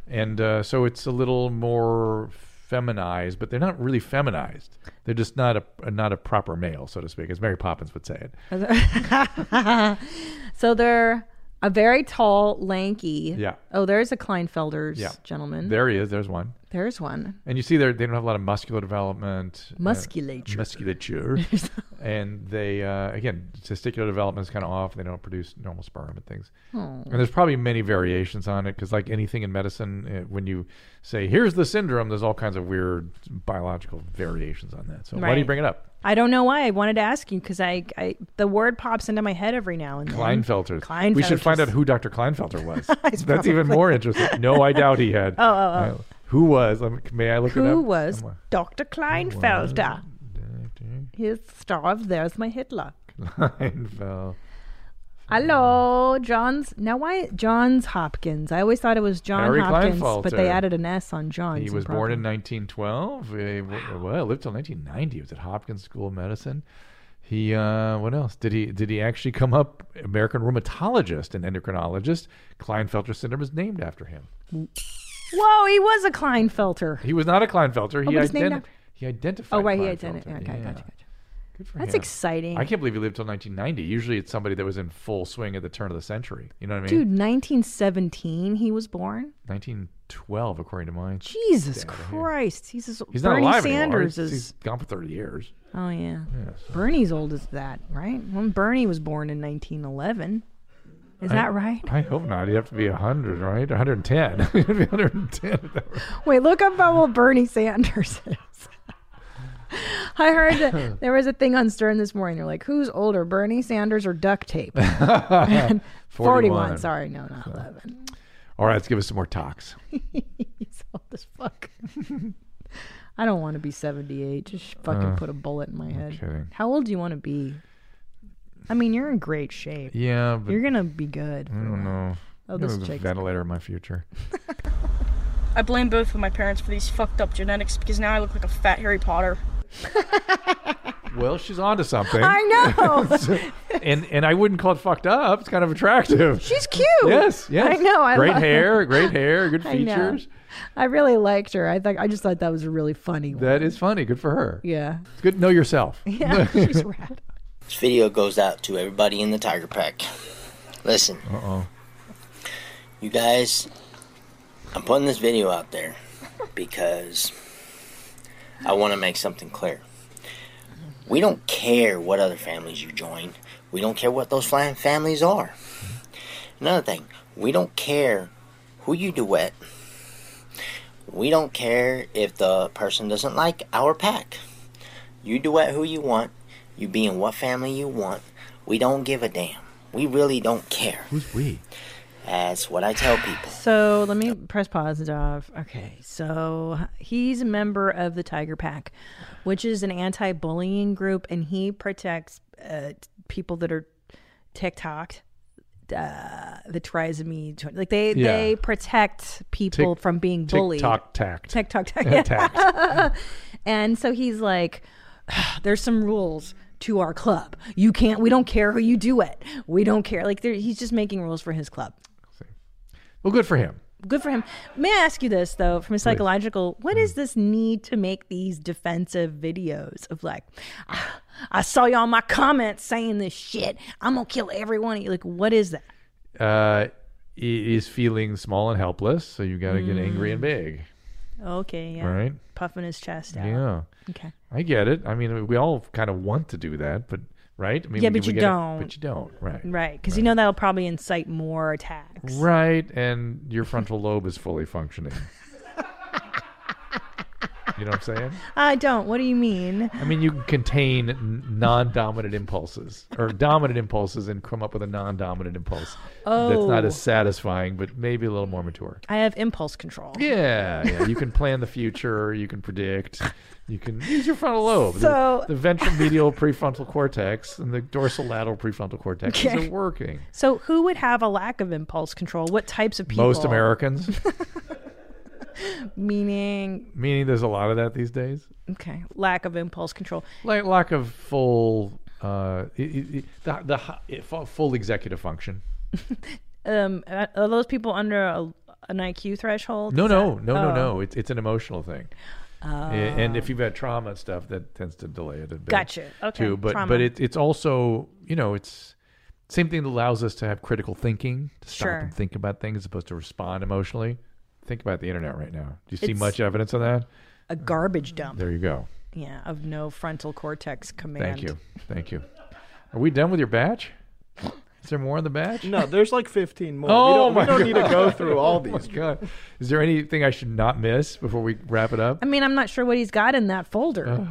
And uh, so it's a little more feminized, but they're not really feminized. They're just not a not a proper male, so to speak, as Mary Poppins would say it.
*laughs* so they're A very tall, lanky.
Yeah.
Oh, there's a Kleinfelders
Yeah.
gentleman.
There he is. There's one.
There's one.
And you see, there they don't have a lot of muscular development. uh,
Musculature. *laughs*
musculature. and they, uh, again, testicular development is kind of off. They don't produce normal sperm and things.
Oh.
And there's probably many variations on it because, like anything in medicine, uh, when you say, here's the syndrome, there's all kinds of weird biological variations on that. So why do you
Right.
bring it up?
I don't know why. I wanted to ask you because I, I, the word pops into my head every now and then.
Kleinfelters.
Kleinfelters.
We should find out who Dr. Kleinfelter
*laughs*
was. That's even more interesting. No, I doubt he had.
Oh, oh, oh.
Uh, who was? Let me- May I look it up?
Who was Dr. Kleinfelder? His starved. There's my Hitler.
*laughs* Kleinfeld.
Hello, Johns. Now, why Johns Hopkins? I always thought it was John
Harry
Hopkins, but they
Kleinfelter.
added an S on Johns.
He
and
was
probably-
born in 1912. He w- well, lived till 1990. He was at Hopkins School of Medicine. He uh, what else did he did he actually come up American rheumatologist and endocrinologist? Klinefelter syndrome is named after him.
Whoa, he was a Kleinfelter.
He was not a Klinefelter.
Oh,
He,
but it's named
identi-
after-
he identified.
Oh, right, he
Klinefelter.
identified. Okay,
Yeah.
gotcha, gotcha.
Good for
That's
him.
exciting.
I can't believe he lived till 1990. Usually, it's somebody that was in full swing at the turn of the century. You know what I mean?
Dude, 1917 he was born?
1912, according to mine.
Jesus
Data here.
Christ. He's, as-
He's
Bernie
not alive anymore.
Sanders
He's-
is.
he's gone for 30 years.
Oh, yeah.
Yeah,
Bernie's old as that, right? When Bernie was born in 1911. Is
I-
that right?
I hope not. You'd have to be 100, right? *laughs* 110. You'd be 110. if that were-
Wait, look up how old Bernie Sanders *laughs* is. I heard
*laughs*
that there was a thing on Stern this morning. They're like, who's older, Bernie Sanders or
*laughs*
duct tape? *laughs* And 41.
41.
Sorry, no, not 11.
All right, let's give us some more talks.
He's old as fuck. I don't want to be 78. Just fucking
Uh,
put a bullet in my
no
head.
kidding.
How old do you want to be? I mean, you're in great shape.
Yeah, but
You're going to be good.
I don't know.
Oh,
Maybe
this
I'll have a
chick's-
ventilator in my future.
I blame both of my parents for these fucked up genetics because now I look like a fat Harry Potter.
Well, she's onto something.
I know.
So- *laughs* and and I wouldn't call it fucked up. It's kind of attractive.
She's cute.
Yes, yes.
I know. I
great
love
hair,
her.
great hair, good
*laughs* I know.
features.
I, really liked her. I thought I just thought that was a really funny one.
That is funny. Good for her.
Yeah.
It's good to know yourself.
*laughs* Yeah,
*laughs*
she's rad.
This video goes out to everybody in the Tiger Pack. Listen,
Uh oh.
you guys, I'm putting this video out there because I want to make something clear. We don't care what other families you join, we don't care what those flying families are. Another thing, we don't care who you duet, we don't care if the person doesn't like our pack. You duet who you want, you be in what family you want, we don't give a damn. We really don't care.
Who's we?
That's what I tell people.
So let me press pause, Dov. Okay, so he's a member of the Tiger Pack, which is an anti-bullying group, and he protects uh, people that are TikTok, uh, the trisomy, tw- like they
Yeah.
they protect people
Tick-
from being bullied.
TikTok tact. *laughs*
TikTok tact.
Tact.
Yeah. *laughs* and so he's like, *sighs* "There's some rules." To our club, you can't. We don't care who you do it. We don't care. Like there- he's just making rules for his club
Well, good for him.
good for him. May I ask you this though, from a psychological,
Mm.
what is this need to make these defensive videos of like, "Ah, I saw y'all in my comments saying this shit. I'm gonna kill everyone. Like, what is that?
Uh, he- he's feeling small and helpless, so you got to get angry
Mm.
and big.
Okay, yeah,
Right.
Puffing his chest out.
Yeah.
Okay.
I get it. I mean, we all kind of want to do that, but right? I mean,
yeah,
we- we
but you
get it,
don't.
but you don't, right?
Right, because you know that'll probably incite more attack.
Right, and your frontal lobe is fully
*laughs*
functioning. you know what I'm saying?
I don't. What do you mean?
I mean, you can contain n- non-dominant impulses or dominant impulses and come up with a non-dominant impulse that's not
Oh.
as satisfying, but maybe a little more mature.
I have impulse control.
Yeah, yeah. You can plan the future. You can predict. You can use your frontal lobe. The-
So-
the, ventral medial prefrontal cortex and the dorsal lateral prefrontal cortex
Okay.
are working.
So, who would have a lack of impulse control? What types of people?
Most Americans,
*laughs* Meaning,
meaning there's a lot of that these days.
okay, lack of impulse control.
Like lack of full, uh, i- i- i- the, the hi- fu- full executive function.
um are are those people under a, an IQ threshold?
No,
Is
no,
that-
no, no,
oh.
no. It's it's an emotional thing.
Oh.
A- and if you've had trauma and stuff, that tends to delay it a bit.
Gotcha. Okay,
Too. But
trauma.
but it, it's also you know it's Same thing that allows us to have critical thinking, to stop
Sure.
and think about things as opposed to respond emotionally. Think about the internet right now. Do you see
It's-
much evidence of that?
A garbage dump.
There you go.
Yeah, of no frontal cortex command.
Thank you. Thank you. Are we done with your batch? Is there more in the batch?
No, there's like 15 more.
Oh
we don't,
my
we don't need to go
God.
through all
*laughs* Oh my
these.
God. Is there anything I should not miss before we wrap it up? *laughs*
I mean, I'm not sure what he's got in that folder.
Oh,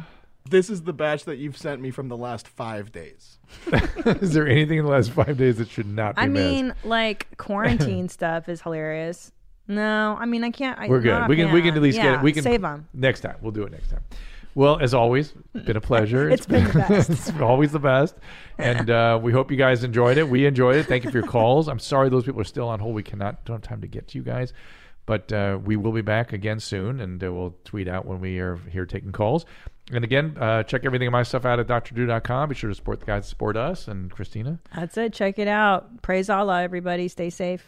This is the batch that you've sent me from the last five days.
Is there anything in the last five days that should not be
I
missed?
mean,
*laughs*
like quarantine stuff is hilarious. No, I mean I can't. I,
We're good.
not
We can we can
offhand.
at least get
Yeah,
it. We can
save them.
next time. We'll do it next time. Well, as always, been a pleasure.
*laughs* It's been
*laughs*
the best.
it's always the best, and uh, we hope you guys enjoyed it. We enjoyed it. Thank you for your calls. I'm sorry those people are still on hold. We cannot don't have time to get to you guys, but uh, we will be back again soon, and uh, we'll tweet out when we are here taking calls. And again, uh, check everything of my stuff out at drdew.com. Be sure to support the guys, that support us, and Christina.
That's it. Check it out. Praise Allah, everybody. Stay safe.